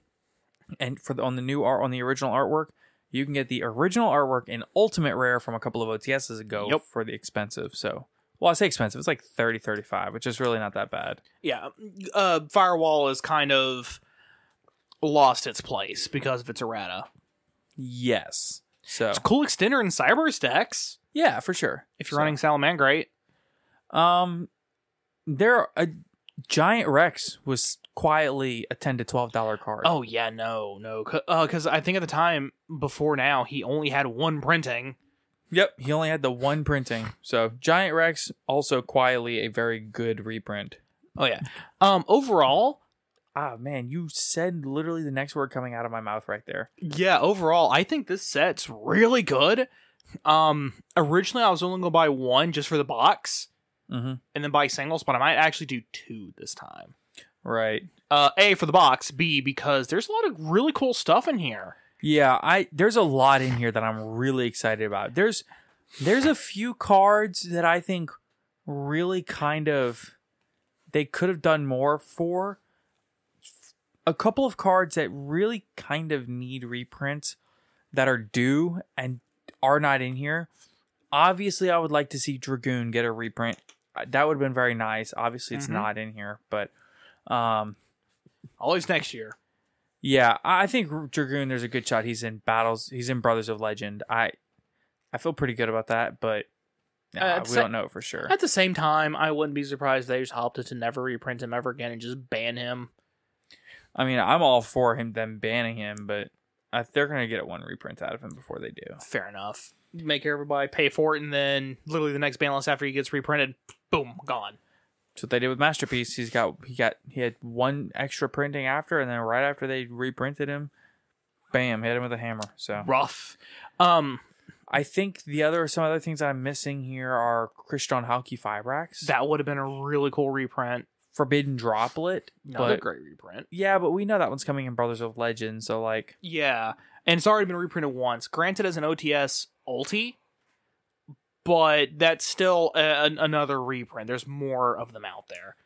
[SPEAKER 1] and for the, on the new art on the original artwork. You can get the original artwork in ultimate rare from a couple of OTSs ago
[SPEAKER 2] Yep.
[SPEAKER 1] for the expensive. So, well, I say expensive. It's like 30 35 which is really not that bad.
[SPEAKER 2] yeah uh firewall is kind of lost its place because of its errata
[SPEAKER 1] Yes. So,
[SPEAKER 2] it's a cool extender in cyber stacks
[SPEAKER 1] yeah, for sure.
[SPEAKER 2] if you're
[SPEAKER 1] So,
[SPEAKER 2] running salamangreat
[SPEAKER 1] um, there a giant Rex was quietly a 10 to 12 dollar card.
[SPEAKER 2] oh yeah no no because i think at the time before now he only had one printing
[SPEAKER 1] Yep, he only had the one printing. So Giant Rex also quietly a very good reprint.
[SPEAKER 2] oh yeah um overall
[SPEAKER 1] Ah man, you said literally the next word coming out of my mouth right there.
[SPEAKER 2] yeah overall i think this set's really good um originally i was only gonna buy one just for the box
[SPEAKER 1] Mm-hmm.
[SPEAKER 2] and then buy singles but i might actually do two this time
[SPEAKER 1] Right.
[SPEAKER 2] uh a for the box b because there's a lot of really cool stuff in here
[SPEAKER 1] Yeah, I there's a lot in here that I'm really excited about. There's there's a few cards that I think really kind of they could have done more for. A couple of cards that really kind of need reprints that are due and are not in here. Obviously, I would like to see Dragoon get a reprint. Uh, That would have been very nice. Obviously, it's
[SPEAKER 2] Mhm.
[SPEAKER 1] not in here, but um
[SPEAKER 2] Always next year.
[SPEAKER 1] yeah, I I think Dragoon. There's a good shot. He's in battles. He's in Brothers of Legend. I, I feel pretty good about that, but nah,
[SPEAKER 2] Uh, it's
[SPEAKER 1] we
[SPEAKER 2] like-
[SPEAKER 1] don't know for sure.
[SPEAKER 2] At the same time, I wouldn't be surprised if they just opted to never reprint him ever again and just ban him.
[SPEAKER 1] I mean, I'm all for him them banning him, but I, they're gonna get one reprint out of him before they do.
[SPEAKER 2] Fair enough. Make everybody pay for it, and then literally the next ban list after he gets reprinted, boom, gone.
[SPEAKER 1] So they did with Masterpiece. He's got he got he had one extra printing after, and then right after they reprinted him, bam, hit him with a hammer. So
[SPEAKER 2] Rough. Um,
[SPEAKER 1] I think the other some other things I'm missing here are Christian Halki Fibrax,
[SPEAKER 2] that would have been a really cool reprint.
[SPEAKER 1] Forbidden Droplet.
[SPEAKER 2] Another
[SPEAKER 1] but-
[SPEAKER 2] great reprint.
[SPEAKER 1] Yeah, but we know that one's coming in Brothers of Legend, so like,
[SPEAKER 2] Yeah, and it's already been reprinted once. Granted, as an OTS ulti, but that's still a- an another reprint. There's more of them out there.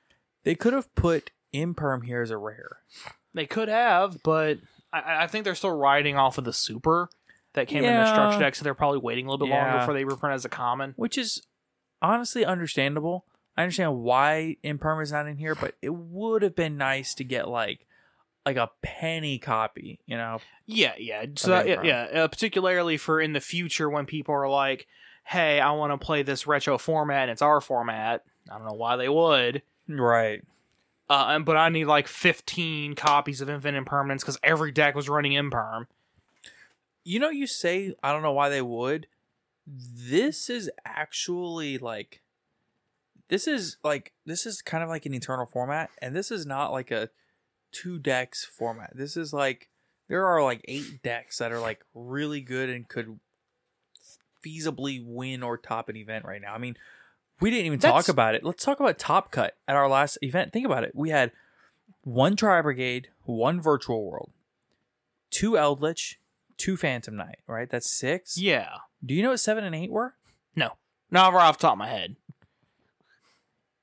[SPEAKER 1] they could have put Imperm here as a rare.
[SPEAKER 2] They could have, but I, I think they're still riding off of the super that came in the
[SPEAKER 1] Yeah.
[SPEAKER 2] structure deck, so they're probably waiting a little bit longer
[SPEAKER 1] Yeah.
[SPEAKER 2] before they reprint as a common.
[SPEAKER 1] Which is honestly understandable. I understand why Imperm is not in here, but it would have been nice to get like like a penny copy, you know?
[SPEAKER 2] Yeah, yeah. So
[SPEAKER 1] Okay,
[SPEAKER 2] that-
[SPEAKER 1] fine.
[SPEAKER 2] yeah, yeah, uh, particularly for in the future when people are like, "Hey, I want to play this retro format, and it's our format." I don't know why they would.
[SPEAKER 1] Right.
[SPEAKER 2] Uh, and- but I need like 15 copies of Infinite Impermanence because every deck was running Imperm.
[SPEAKER 1] You know, you say I don't know why they would. this is actually like this is like this is kind of like an eternal format and this is not like a two decks format this is like there are like eight decks that are like really good and could feasibly win or top an event right now i mean we didn't even
[SPEAKER 2] That's-
[SPEAKER 1] talk about it let's talk about top cut at our last event think about it we had one tri brigade one virtual world two eldritch two phantom knight right that's six
[SPEAKER 2] Yeah.
[SPEAKER 1] do you know what seven and eight were?
[SPEAKER 2] No. Not right off the top of my head.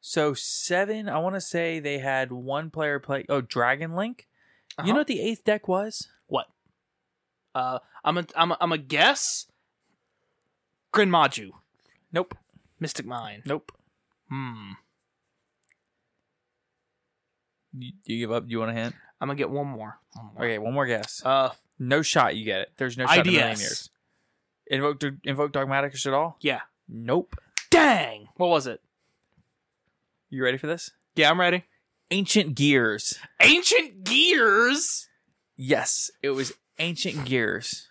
[SPEAKER 1] So seven, I want to say they had one player play. Oh, Dragon Link. You
[SPEAKER 2] Uh-huh.
[SPEAKER 1] know what the eighth deck was?
[SPEAKER 2] What? Uh, I'm a I'm a, I'm a guess. Grinmaju,
[SPEAKER 1] Nope.
[SPEAKER 2] Mystic Mine.
[SPEAKER 1] Nope.
[SPEAKER 2] Hmm.
[SPEAKER 1] You, you give up? You want a hint?
[SPEAKER 2] I'm gonna get one more. One more.
[SPEAKER 1] Okay, one more guess.
[SPEAKER 2] Uh,
[SPEAKER 1] no shot. You get it. There's no shot in a million
[SPEAKER 2] IDS.
[SPEAKER 1] years. Invoke, invoke Dogmaticus at all?
[SPEAKER 2] yeah.
[SPEAKER 1] Nope.
[SPEAKER 2] Dang. What was it?
[SPEAKER 1] You ready for this?
[SPEAKER 2] Yeah, I'm ready.
[SPEAKER 1] Ancient Gears.
[SPEAKER 2] Ancient Gears.
[SPEAKER 1] Yes, it was Ancient Gears.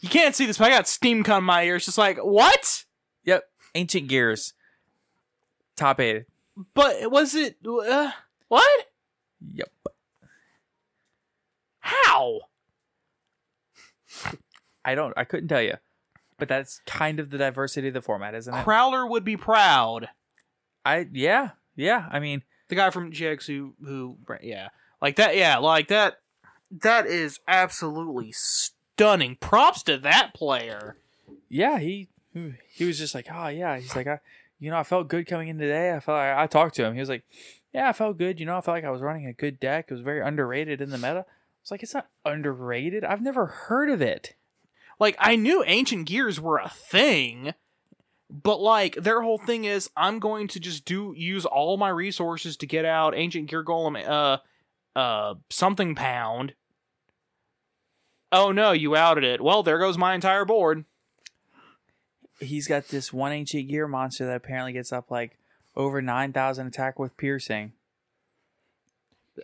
[SPEAKER 2] You can't see this, but I got steam coming my ears. Just like what?
[SPEAKER 1] Yep, Ancient Gears. Top eight.
[SPEAKER 2] But was it uh, what?
[SPEAKER 1] Yep.
[SPEAKER 2] How?
[SPEAKER 1] I don't. I couldn't tell you. But that's kind of the diversity of the format, isn't it?
[SPEAKER 2] Crowler would be proud.
[SPEAKER 1] I yeah yeah. I mean
[SPEAKER 2] The guy from GX who who yeah like that yeah like that that is absolutely stunning. Props to that player.
[SPEAKER 1] yeah he he was just like oh yeah he's like I you know I felt good coming in today I felt I, I talked to him he was like yeah I felt good you know I felt like I was running a good deck it was very underrated in the meta I was like it's not underrated I've never heard of it
[SPEAKER 2] Like I knew ancient gears were a thing, but like their whole thing is I'm going to just do use all my resources to get out ancient gear golem uh uh something pound. Oh no, you outed it. Well, there goes my entire board.
[SPEAKER 1] he's got this one ancient gear monster that apparently gets up like over nine thousand attack with piercing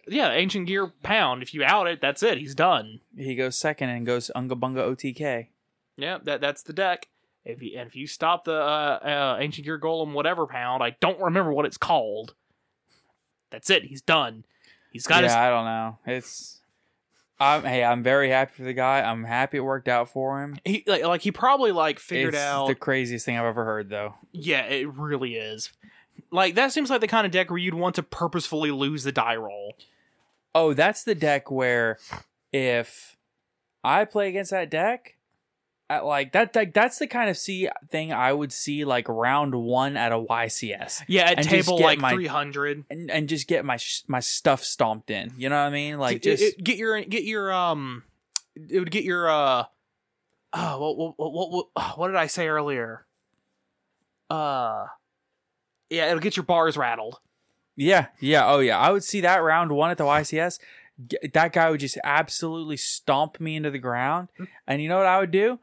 [SPEAKER 2] Yeah, ancient gear pound. If you out it, that's it. He's done.
[SPEAKER 1] he goes second and goes unga bunga OTK
[SPEAKER 2] Yeah, that that's the deck. If you and if you stop the uh, uh, ancient gear golem whatever pound, I don't remember what it's called. That's it. He's done. He's got
[SPEAKER 1] yeah,
[SPEAKER 2] his
[SPEAKER 1] I don't know. It's I'm hey, I'm very happy for the guy. I'm happy it worked out for him.
[SPEAKER 2] he like, like he probably like figured
[SPEAKER 1] It's
[SPEAKER 2] out
[SPEAKER 1] the craziest thing I've ever heard though.
[SPEAKER 2] yeah it really is like that seems like the kind of deck where you'd want to purposefully lose the die roll
[SPEAKER 1] Oh, that's the deck where if I play against that deck, at like that deck that's the kind of see thing I would see like round 1 at a YCS.
[SPEAKER 2] yeah at
[SPEAKER 1] And just
[SPEAKER 2] table
[SPEAKER 1] get
[SPEAKER 2] like
[SPEAKER 1] my-
[SPEAKER 2] 300
[SPEAKER 1] And, and just get my sh- my stuff stomped in. You know what I mean? Like
[SPEAKER 2] It- it-
[SPEAKER 1] just
[SPEAKER 2] get your get your um it would get your uh oh what what what what, what, ah, what did i say earlier uh yeah it'll get your bars rattled
[SPEAKER 1] Yeah, yeah, oh yeah. I would see that round one at the YCS. G- that guy would just absolutely stomp me into the ground. And you know what I would do?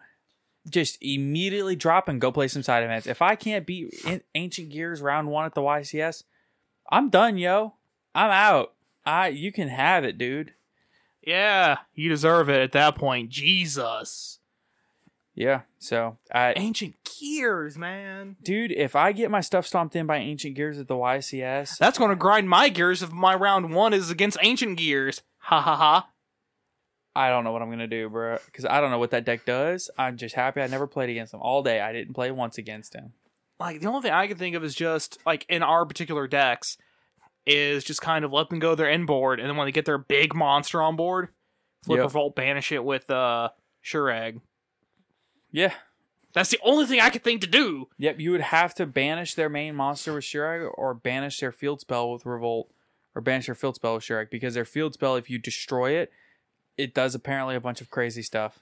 [SPEAKER 1] Just immediately drop and go play some side events. If I can't beat in- Ancient Gears round one at the YCS, I'm done, yo. I'm out. I you can have it, dude.
[SPEAKER 2] yeah you deserve it at that point jesus
[SPEAKER 1] Yeah. So I,
[SPEAKER 2] ancient gears man
[SPEAKER 1] dude, if I get my stuff stomped in by Ancient Gears at the YCS,
[SPEAKER 2] That's going to grind my gears if my round one is against ancient gears. Ha ha ha.
[SPEAKER 1] I don't know what I'm gonna do, bro. Because I don't know what that deck does. I'm just happy I never played against him all day. I didn't play once against him.
[SPEAKER 2] Like, the only thing I can think of is just, like, in our particular decks, is just kind of let them go their end board, and then when they get their big monster on board, flip
[SPEAKER 1] Yep.
[SPEAKER 2] Revolt, banish it with, uh, Shurag.
[SPEAKER 1] Yeah.
[SPEAKER 2] That's the only thing I can think to do.
[SPEAKER 1] Yep, you would have to banish their main monster with Shurag or banish their field spell with Revolt or banish their field spell with Shurag because their field spell, if you destroy it, it does apparently a bunch of crazy stuff.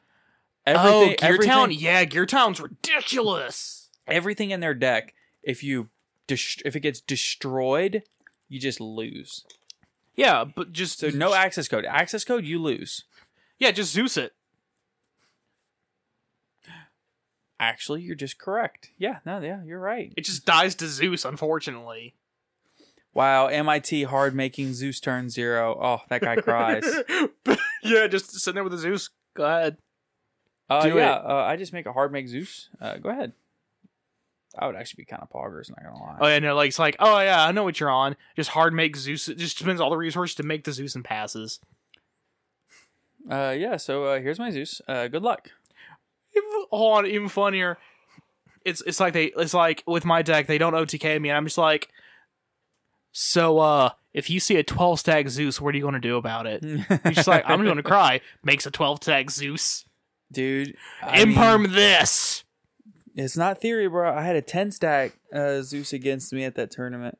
[SPEAKER 2] oh, Gear
[SPEAKER 1] everything,
[SPEAKER 2] Town? Yeah, Gear Town's ridiculous.
[SPEAKER 1] everything in their deck, if you dest- if it gets destroyed, you just lose.
[SPEAKER 2] Yeah, but just.
[SPEAKER 1] So no access code. Access code, you lose.
[SPEAKER 2] Yeah, just Zeus it.
[SPEAKER 1] Actually, you're just correct. Yeah, no, yeah, you're right.
[SPEAKER 2] It just dies to Zeus, unfortunately.
[SPEAKER 1] Wow, MIT hard making Zeus turn zero. Oh, that guy cries.
[SPEAKER 2] yeah, just sitting there with a Zeus. Go ahead.
[SPEAKER 1] Uh,
[SPEAKER 2] Do
[SPEAKER 1] yeah, uh, I just make a hard make Zeus. Uh, go ahead. I would actually be kind of poggers, not gonna lie.
[SPEAKER 2] Oh yeah, no, like it's like, oh yeah, I know what you're on. Just hard make Zeus. It just spends all the resources to make the Zeus and passes.
[SPEAKER 1] Uh, yeah, so uh, here's my Zeus. Uh, good luck.
[SPEAKER 2] Even- Hold on, even funnier. It's it's like they it's like with my deck they don't OTK me and I'm just like, so uh if you see a twelve stack Zeus, what are you going to do about it? You're just like I'm going to cry. Makes a twelve stack Zeus.
[SPEAKER 1] Dude, I mean,
[SPEAKER 2] Imperm this.
[SPEAKER 1] it's not theory, bro. I had a ten stack uh, Zeus against me at that tournament.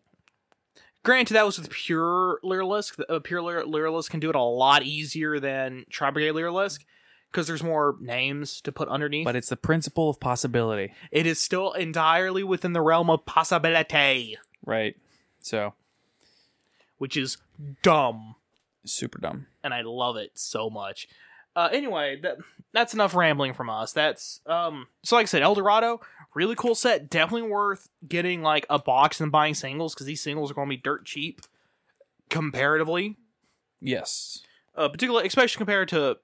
[SPEAKER 2] Granted, that was with pure Lyrilisk. Uh, pure Lyr- Lyrilisk can do it a lot easier than Tri Brigade Lyrilisk because there's more names to put underneath.
[SPEAKER 1] But it's the principle of possibility,
[SPEAKER 2] it is still entirely within the realm of possibility,
[SPEAKER 1] right? So
[SPEAKER 2] which is dumb,
[SPEAKER 1] super dumb.
[SPEAKER 2] and I love it so much. Uh, anyway, that that's enough rambling from us. That's um. So, like I said, El Dorado, really cool set. Definitely worth getting like a box and buying singles because these singles are going to be dirt cheap comparatively.
[SPEAKER 1] Yes.
[SPEAKER 2] uh, particularly especially compared to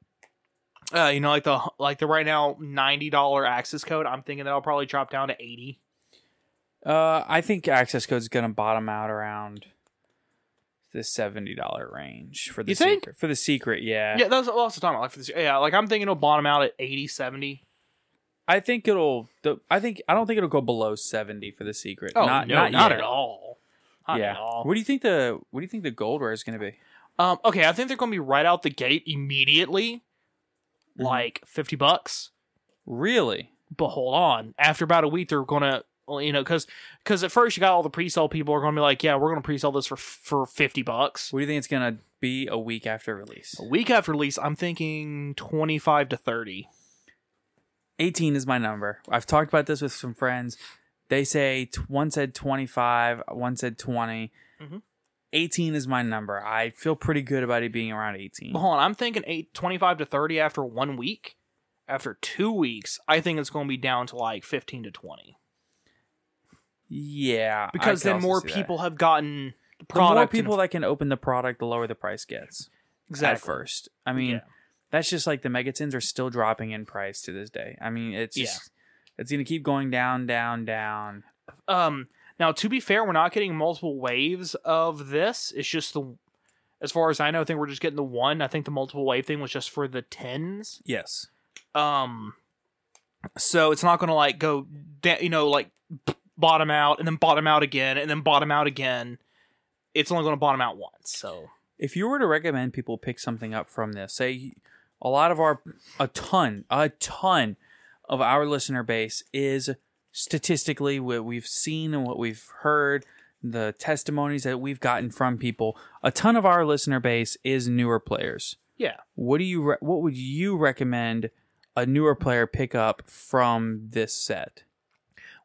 [SPEAKER 2] uh, you know like the like the right now ninety dollar access code. I'm thinking that'll probably drop down to eighty.
[SPEAKER 1] Uh, I think access code's gonna bottom out around the seventy dollar range for the
[SPEAKER 2] You think?
[SPEAKER 1] secret. For the secret, yeah.
[SPEAKER 2] Yeah, that's what I was talking about. Like for this, yeah, like I'm thinking it'll bottom out at 80, 70.
[SPEAKER 1] I think it'll. the- I think I don't think it'll go below seventy for the secret.
[SPEAKER 2] Oh
[SPEAKER 1] not,
[SPEAKER 2] no,
[SPEAKER 1] not,
[SPEAKER 2] not,
[SPEAKER 1] yet.
[SPEAKER 2] at all. Not
[SPEAKER 1] yeah.
[SPEAKER 2] at all.
[SPEAKER 1] What do you think the What do you think the gold rare is gonna be?
[SPEAKER 2] Um, okay, I think they're going to be right out the gate immediately,
[SPEAKER 1] Mm-hmm.
[SPEAKER 2] like fifty bucks.
[SPEAKER 1] Really?
[SPEAKER 2] But hold on, after about a week, they're going to you know because because at first you got all the pre-sale people are going to be like, yeah, we're going to pre-sell this for for fifty bucks.
[SPEAKER 1] What do you think it's gonna be a week after release?
[SPEAKER 2] A week after release, I'm thinking 25 to 30.
[SPEAKER 1] Eighteen is my number. I've talked about this with some friends. They say t- one said twenty five, one said 20
[SPEAKER 2] Mm-hmm.
[SPEAKER 1] Eighteen is my number. I feel pretty good about it being around eighteen.
[SPEAKER 2] But hold on, I'm thinking eight, 25 to 30 after one week. After two weeks, I think it's going to be down to like 15 to 20.
[SPEAKER 1] Yeah, I
[SPEAKER 2] Because
[SPEAKER 1] could
[SPEAKER 2] then
[SPEAKER 1] also
[SPEAKER 2] more
[SPEAKER 1] see that.
[SPEAKER 2] people have gotten the
[SPEAKER 1] The more
[SPEAKER 2] product.
[SPEAKER 1] people that can open the product, the lower the price gets.
[SPEAKER 2] exactly.
[SPEAKER 1] at first. I mean,
[SPEAKER 2] Yeah.
[SPEAKER 1] that's just like the megatins are still dropping in price to this day. I mean, it's
[SPEAKER 2] Yeah.
[SPEAKER 1] just, it's going to keep going down, down, down.
[SPEAKER 2] Um, now, to be fair, we're not getting multiple waves of this. It's just the, as far as I know, I think we're just getting the one. I think the multiple wave thing was just for the tens.
[SPEAKER 1] Yes.
[SPEAKER 2] Um, so it's not gonna like go, da- you know, like b- bottom out and then bottom out again and then bottom out again. It's only gonna bottom out once. So
[SPEAKER 1] If you were to recommend people pick something up from this, say a lot of our, a ton, a ton of our listener base is statistically what we've seen and what we've heard, the testimonies that we've gotten from people. A ton of our listener base is newer players.
[SPEAKER 2] yeah,
[SPEAKER 1] what do you re- what would you recommend a newer player pick up from this set?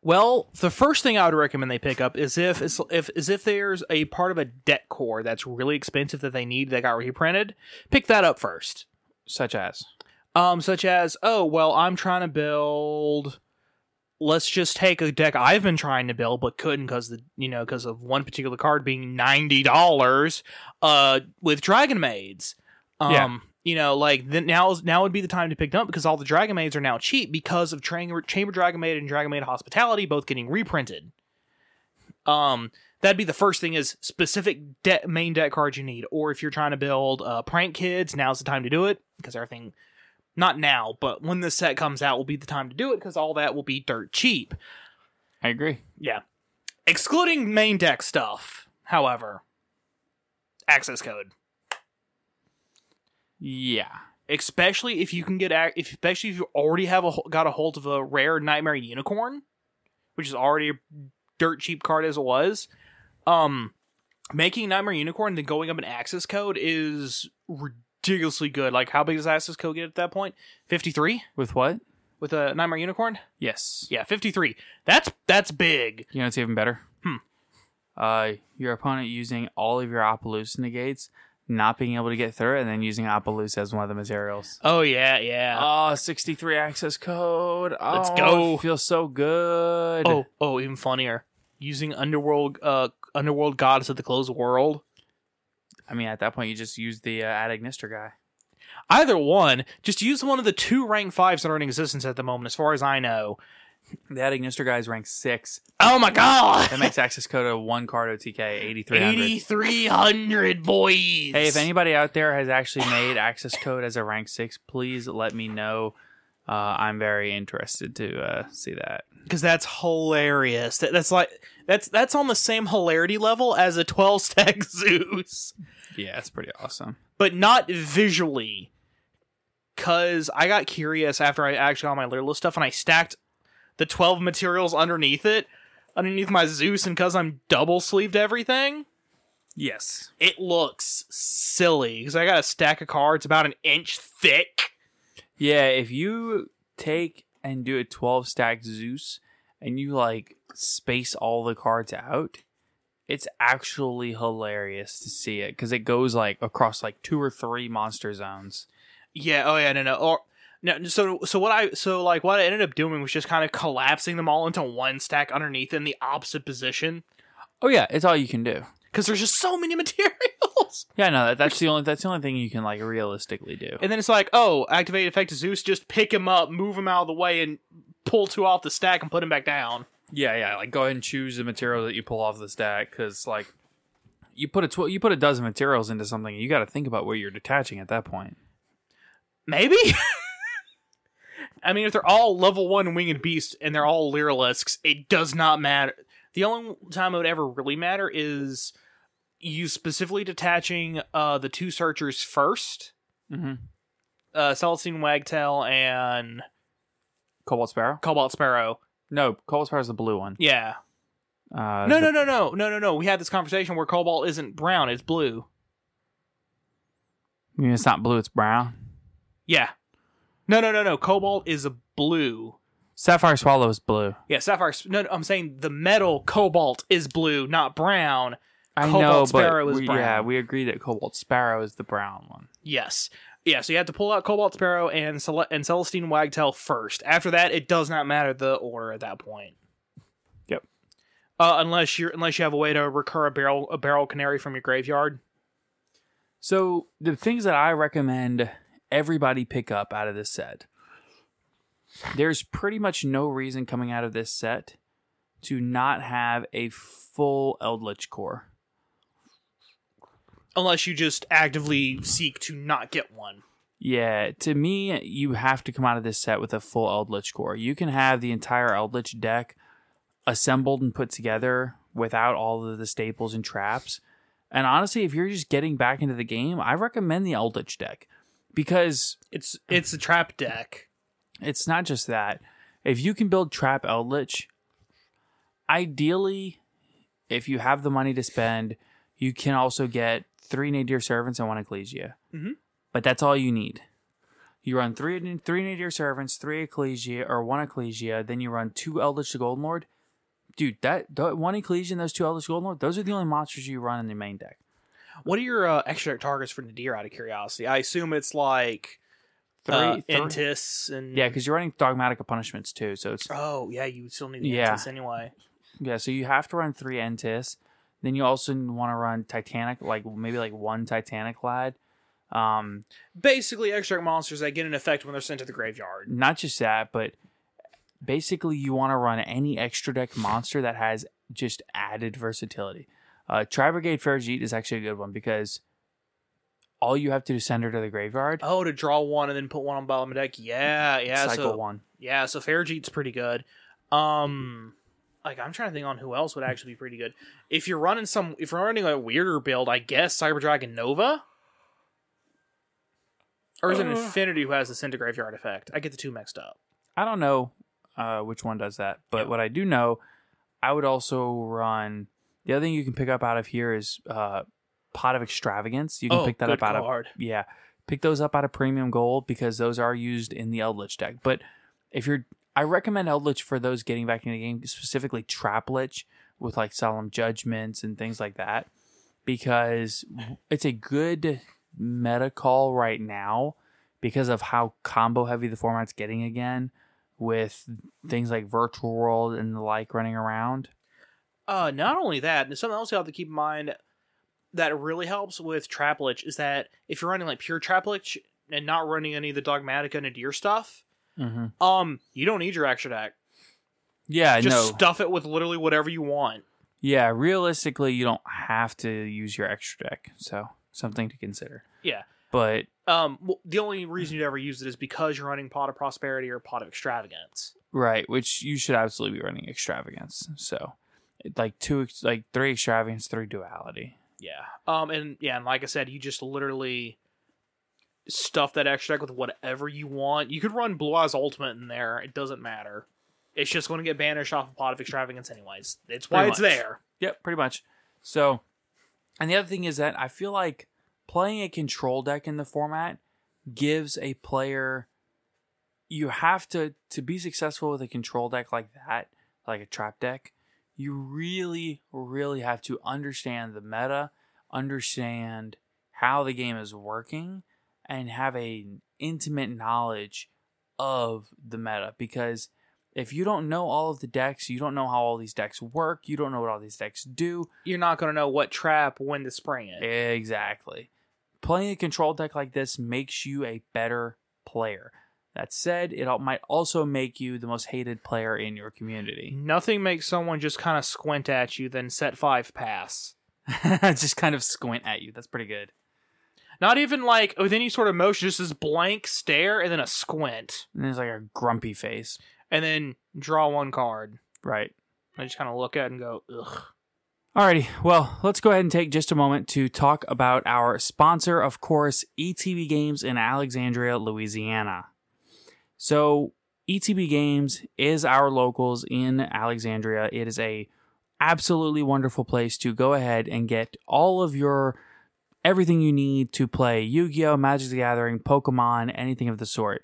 [SPEAKER 2] Well, the first thing I would recommend they pick up is if is if is if there's a part of a deck core that's really expensive that they need that got reprinted, pick that up first.
[SPEAKER 1] Such as
[SPEAKER 2] Um, such as oh well, I'm trying to build. Let's just take a deck I've been trying to build but couldn't because the you know because of one particular card being ninety dollars. Uh, with Dragon Maids. Um,
[SPEAKER 1] Yeah.
[SPEAKER 2] You know, like then now is- now would be the time to pick them up because all the Dragon Maids are now cheap because of Tra- Chamber Dragon Maid and Dragon Maid Hospitality both getting reprinted. Um, that'd be the first thing is specific de- main deck cards you need, or if you're trying to build uh, Prank Kids, now's the time to do it because everything. Not now, but when this set comes out, will be the time to do it because all that will be dirt cheap.
[SPEAKER 1] I agree.
[SPEAKER 2] Yeah, excluding main deck stuff, however. Access code.
[SPEAKER 1] Yeah.
[SPEAKER 2] especially if you can get ac- if, especially if you already have a ho- got a hold of a rare nightmare unicorn which is already a dirt cheap card as it was um making nightmare unicorn then going up an access code is ridiculously good like how big does access code get at that point 53
[SPEAKER 1] With what?
[SPEAKER 2] with a nightmare unicorn
[SPEAKER 1] Yes.
[SPEAKER 2] yeah 53 that's that's big
[SPEAKER 1] You know it's even better.
[SPEAKER 2] Hmm.
[SPEAKER 1] Uh, your opponent using all of your Appaloosa negates, not being able to get through, it, and then using Appaloosa as one of the materials.
[SPEAKER 2] oh yeah yeah
[SPEAKER 1] Oh, 63 access code. Oh,
[SPEAKER 2] Let's go.
[SPEAKER 1] it Feels so good.
[SPEAKER 2] oh oh even funnier using underworld uh underworld goddess at the close of world
[SPEAKER 1] I mean, at that point, you just use the uh, Ad Ignister guy.
[SPEAKER 2] Either one, just use one of the two rank fives that are in existence at the moment, as far as I know.
[SPEAKER 1] That Ignister guy is ranked six.
[SPEAKER 2] Oh my god!
[SPEAKER 1] That makes access code a one card OTK eighty three hundred.
[SPEAKER 2] 8,300 boys!
[SPEAKER 1] Hey, if anybody out there has actually made access code as a rank six, please let me know. Uh, I'm very interested to uh, see that.
[SPEAKER 2] Because that's hilarious. That, that's like, that's that's on the same hilarity level as a 12 stack Zeus.
[SPEAKER 1] Yeah, it's pretty awesome.
[SPEAKER 2] but not visually. Cause I got curious after I actually got my Lyrlist stuff and I stacked the twelve materials underneath it, underneath my Zeus, and cause I'm double sleeved everything,
[SPEAKER 1] Yes.
[SPEAKER 2] it looks silly. Cause I got a stack of cards about an inch thick.
[SPEAKER 1] Yeah, if you take and do a 12 stack Zeus and you like space all the cards out, it's actually hilarious to see it because it goes like across like two or three monster zones.
[SPEAKER 2] Yeah, oh yeah, no, no. Or no, so so what I so like what I ended up doing was just kind of collapsing them all into one stack underneath in the opposite position.
[SPEAKER 1] Oh yeah, it's all you can do.
[SPEAKER 2] Cause there's just so many materials.
[SPEAKER 1] Yeah, no, that, that's the only that's the only thing you can like realistically do.
[SPEAKER 2] And then it's like, oh, activate effect Zeus, just pick him up, move him out of the way, and pull two off the stack and put him back down.
[SPEAKER 1] Yeah, yeah. Like go ahead and choose the material that you pull off the stack because like you put a tw- you put a dozen materials into something, you got to think about where you're detaching at that point.
[SPEAKER 2] Maybe? I mean, if they're all level one winged beast and they're all Lyrilisks, it does not matter. The only time it would ever really matter is you specifically detaching uh, the two searchers first
[SPEAKER 1] Mm-hmm.
[SPEAKER 2] uh, Celestine Wagtail and
[SPEAKER 1] Cobalt Sparrow?
[SPEAKER 2] Cobalt Sparrow.
[SPEAKER 1] No, Cobalt Sparrow's the blue one.
[SPEAKER 2] Yeah.
[SPEAKER 1] Uh,
[SPEAKER 2] No,
[SPEAKER 1] the-
[SPEAKER 2] no, no, no, no, no, no. We had this conversation where Cobalt isn't brown, it's blue.
[SPEAKER 1] I mean, it's not blue, it's brown.
[SPEAKER 2] Yeah. No, no, no, no. Cobalt is a blue.
[SPEAKER 1] Sapphire Swallow is blue.
[SPEAKER 2] Yeah, sapphire. sp- No, no, I'm saying the metal cobalt is blue, not brown.
[SPEAKER 1] I
[SPEAKER 2] Cobalt
[SPEAKER 1] know, but
[SPEAKER 2] Sparrow is
[SPEAKER 1] we,
[SPEAKER 2] brown.
[SPEAKER 1] yeah, we agree that Cobalt Sparrow is the brown one.
[SPEAKER 2] Yes. Yeah, so you have to pull out Cobalt Sparrow and Cele- and Celestine Wagtail first. After that, it does not matter the order at that point.
[SPEAKER 1] Yep.
[SPEAKER 2] Uh, unless you unless you have a way to recur a barrel a barrel canary from your graveyard.
[SPEAKER 1] So the things that I recommend everybody pick up out of this set. There's pretty much no reason coming out of this set to not have a full Eldritch core.
[SPEAKER 2] Unless you just actively seek to not get one.
[SPEAKER 1] Yeah, to me, you have to come out of this set with a full Eldritch core. You can have the entire Eldritch deck assembled and put together without all of the staples and traps. And honestly, if you're just getting back into the game, I recommend the Eldritch deck because
[SPEAKER 2] It's it's a trap deck.
[SPEAKER 1] it's not just that. If you can build Trap Eldritch, ideally, if you have the money to spend, you can also get three Nadir Servants and one Ecclesia. Mm-hmm. But that's all you need. You run three three Nadir Servants, three Ecclesia, or one Ecclesia, then you run two Eldritch to Golden Lord. Dude, that, that one Ecclesia and those two Eldritch to Golden Lord, those are the only monsters you run in the main deck.
[SPEAKER 2] What are your uh, extra targets for Nadir? Out of curiosity, I assume it's like
[SPEAKER 1] Three,
[SPEAKER 2] uh,
[SPEAKER 1] three-
[SPEAKER 2] Entis and
[SPEAKER 1] Yeah, because you're running Dogmatic of Punishments too, so it's
[SPEAKER 2] Oh yeah, you would still need the
[SPEAKER 1] Yeah.
[SPEAKER 2] Entis anyway.
[SPEAKER 1] Yeah, so you have to run three Entis. Then you also want to run Titanic, like maybe like one Titanic lad. Um,
[SPEAKER 2] Basically, extract monsters that get an effect when they're sent to the graveyard.
[SPEAKER 1] not just that, but basically you want to run any extra deck monster that has just added versatility. Uh, Tri Brigade Ferajit is actually a good one because all you have to do is send her to the graveyard,
[SPEAKER 2] Oh, to draw one and then put one on bottom of deck. Yeah, yeah.
[SPEAKER 1] cycle
[SPEAKER 2] so
[SPEAKER 1] one.
[SPEAKER 2] yeah, so Fairjeet's pretty good. Um, like I'm trying to think on who else would actually be pretty good. If you're running some, if you're running a weirder build, I guess Cyber Dragon Nova. Or is it
[SPEAKER 1] Uh.
[SPEAKER 2] Infinity who has the send to graveyard effect? I get the two mixed up.
[SPEAKER 1] I don't know uh, which one does that, but what I do know, I would also run. The other thing you can pick up out of here is uh, Pot of Extravagance. You can
[SPEAKER 2] Oh,
[SPEAKER 1] pick that
[SPEAKER 2] good
[SPEAKER 1] up out
[SPEAKER 2] card.
[SPEAKER 1] of yeah, pick those up out of Premium Gold because those are used in the Eldritch deck. But if you're, I recommend Eldritch for those getting back into the game, specifically Trap Lich with like Solemn Judgments and things like that, because it's a good meta call right now because of how combo heavy the format's getting again with things like virtual world and the like running around
[SPEAKER 2] Uh, not only that, and something else you have to keep in mind that really helps with Traplich is that if you're running like pure Traplich, and not running any of the Dogmatica and Nadir stuff, um, you don't need your action deck.
[SPEAKER 1] Yeah,
[SPEAKER 2] Just
[SPEAKER 1] no.
[SPEAKER 2] stuff it with literally whatever you want.
[SPEAKER 1] yeah, realistically, you don't have to use your extra deck. So something to consider.
[SPEAKER 2] Yeah.
[SPEAKER 1] But
[SPEAKER 2] Um, well, the only reason you'd ever use it is because you're running Pot of Prosperity or Pot of Extravagance.
[SPEAKER 1] right, which you should absolutely be running extravagance. So like two, ex- like three extravagance, three duality.
[SPEAKER 2] Yeah. Um, and yeah, and like I said, you just literally stuff that extra deck with whatever you want. You could run Blue Eyes Ultimate in there; it doesn't matter. It's just going to get banished off a Pot of Extravagance, anyways. It's why
[SPEAKER 1] Pretty
[SPEAKER 2] it's
[SPEAKER 1] much.
[SPEAKER 2] there.
[SPEAKER 1] Yep, pretty much. So, and the other thing is that I feel like playing a control deck in the format gives a player you have to to be successful with a control deck like that, like a trap deck, you really really have to understand the meta, understand how the game is working and have an intimate knowledge of the meta because if you don't know all of the decks, you don't know how all these decks work, you don't know what all these decks do,
[SPEAKER 2] You're not going to know what trap when to spring
[SPEAKER 1] Eh.
[SPEAKER 2] it.
[SPEAKER 1] Exactly. Playing a control deck like this makes you a better player. That said, it al- might also make you the most hated player in your community.
[SPEAKER 2] Nothing makes someone just kind of squint at you than set five pass.
[SPEAKER 1] Just kind of squint at you. That's pretty good.
[SPEAKER 2] Not even like with any sort of motion, just this blank stare and then a squint,
[SPEAKER 1] And there's like a grumpy face,
[SPEAKER 2] and then draw one card.
[SPEAKER 1] right?
[SPEAKER 2] I just kind of look at it and go, ugh.
[SPEAKER 1] Alrighty, well, let's go ahead and take just a moment to talk about our sponsor, of course, ETB Games in Alexandria, Louisiana. So, ETB Games is our locals in Alexandria. It is a absolutely wonderful place to go ahead and get all of your everything you need to play Yu-Gi-Oh, Magic the Gathering, Pokemon, anything of the sort.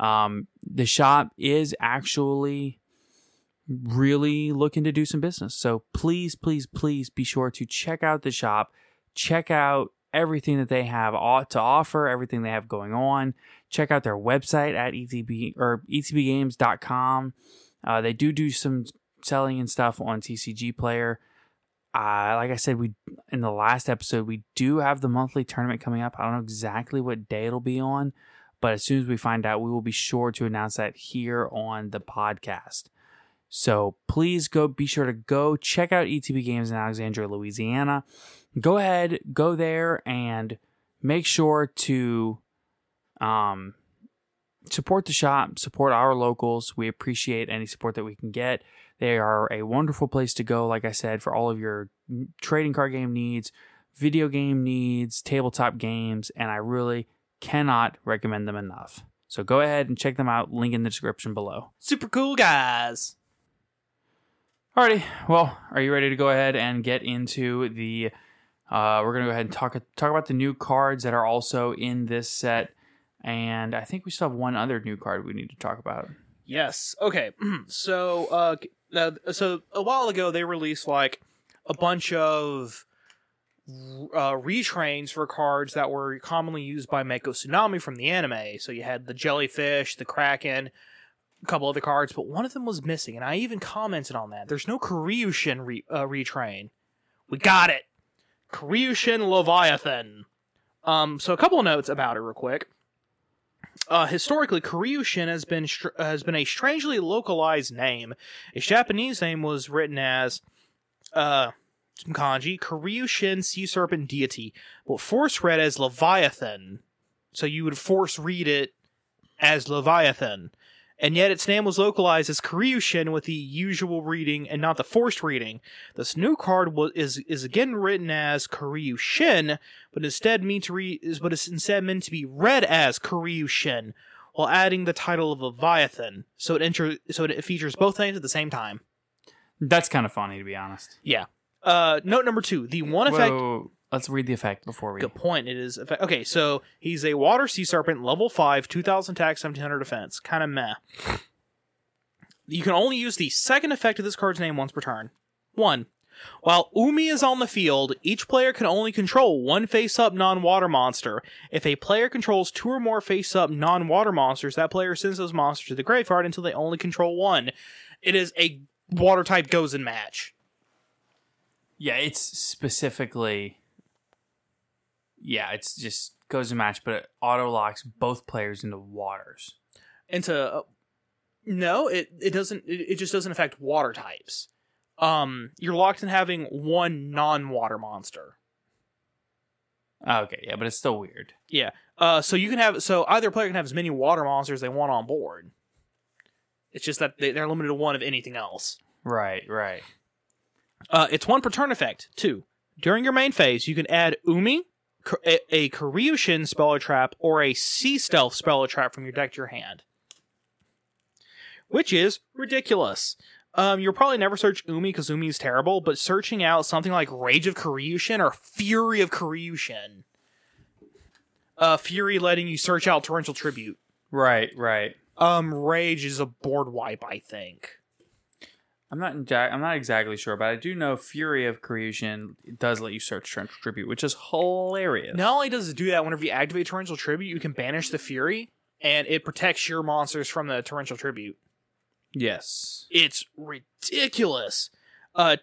[SPEAKER 1] Um, the shop is actually really looking to do some business. So please, please, please be sure to check out the shop, check out everything that they have au- to offer, everything they have going on. Check out their website at etb or E etbgames.com. Uh, they do do some selling and stuff on TCG Player. Uh, like I said, we in the last episode we do have the monthly tournament coming up. I don't know exactly what day it'll be on, but as soon as we find out, we will be sure to announce that here on the podcast. So please go be sure to go check out ETB Games in Alexandria, Louisiana. Go ahead, go there and make sure to um support the shop, support our locals. We appreciate any support that we can get. They are a wonderful place to go, like I said, for all of your trading card game needs, video game needs, tabletop games, and I really cannot recommend them enough. So go ahead and check them out. Link in the description below.
[SPEAKER 2] Super cool guys.
[SPEAKER 1] Alrighty, well, are you ready to go ahead and get into the? Uh, we're gonna go ahead and talk talk about the new cards that are also in this set, and I think we still have one other new card we need to talk about.
[SPEAKER 2] Yes. Okay. so, uh, c- uh, so a while ago they released like a bunch of uh, retrains for cards that were commonly used by Mako Tsunami from the anime. So you had the jellyfish, the kraken, a couple other cards, but one of them was missing, and I even commented on that. There's no Karyushin re- uh, retrain. We got it. Karyushin Leviathan. Um, so a couple notes about it real quick uh, historically, Karyushin has been str- uh, has been a strangely localized name. Its Japanese name was written as uh, some kanji Karyushin Sea Serpent Deity, but force read as Leviathan. So you would force read it as Leviathan, and yet its name was localized as Karyushin with the usual reading and not the forced reading. This new card was, is is again written as Karyushin, but instead meant to re- is but is instead meant to be read as Karyushin, while adding the title of Leviathan. So it enter- so it features both names at the same time.
[SPEAKER 1] That's kind of funny, to be honest.
[SPEAKER 2] Yeah. Uh, note number two: the one
[SPEAKER 1] Whoa,
[SPEAKER 2] effect.
[SPEAKER 1] let's read the effect before we.
[SPEAKER 2] Good point. It is effe- okay. So he's a water sea serpent, level five, two thousand attack, seventeen hundred defense. Kind of meh. You can only use the second effect of this card's name once per turn. One. While Umi is on the field, each player can only control one face up non water monster. If a player controls two or more face up non water monsters, that player sends those monsters to the graveyard until they only control one. It is a water type goes in match.
[SPEAKER 1] Yeah, it's specifically. Yeah, it's just goes to match, but it auto locks both players into waters.
[SPEAKER 2] into uh, no it it doesn't it, it just doesn't affect water types um you're locked in having one non-water monster
[SPEAKER 1] Okay, yeah, but it's still weird.
[SPEAKER 2] yeah uh so you can have so either player can have as many water monsters they want on board it's just that they, they're limited to one of anything else
[SPEAKER 1] Right, right.
[SPEAKER 2] uh it's one per turn effect two during your main phase you can add umi K- a, a Karyushin spell or trap or a sea stealth spell or trap from your deck to your hand which is ridiculous. Um, you'll probably never search Umi because Umi is terrible, but searching out something like Rage of Karyushin or Fury of Karyushin. Uh, Fury letting you search out Torrential Tribute.
[SPEAKER 1] Right, right.
[SPEAKER 2] Um, Rage is a board wipe, I think.
[SPEAKER 1] I'm not inja- I'm not exactly sure, but I do know Fury of Creation does let you search Torrential Tribute, which is hilarious.
[SPEAKER 2] Not only does it do that, whenever you activate Torrential Tribute, you can banish the Fury, and it protects your monsters from the Torrential Tribute.
[SPEAKER 1] Yes.
[SPEAKER 2] It's ridiculous. Uh,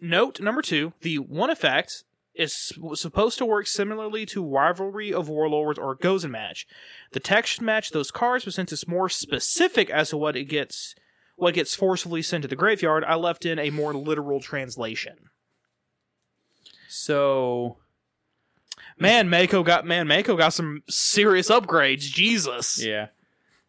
[SPEAKER 2] note number two: the one effect is s- supposed to work similarly to Rivalry of Warlords or Gozen Match. The text match those cards, but since it's more specific as to what it gets, what gets forcibly sent to the graveyard, I left in a more literal translation.
[SPEAKER 1] So
[SPEAKER 2] Man, Mako got man, Mako got some serious upgrades. Jesus.
[SPEAKER 1] yeah,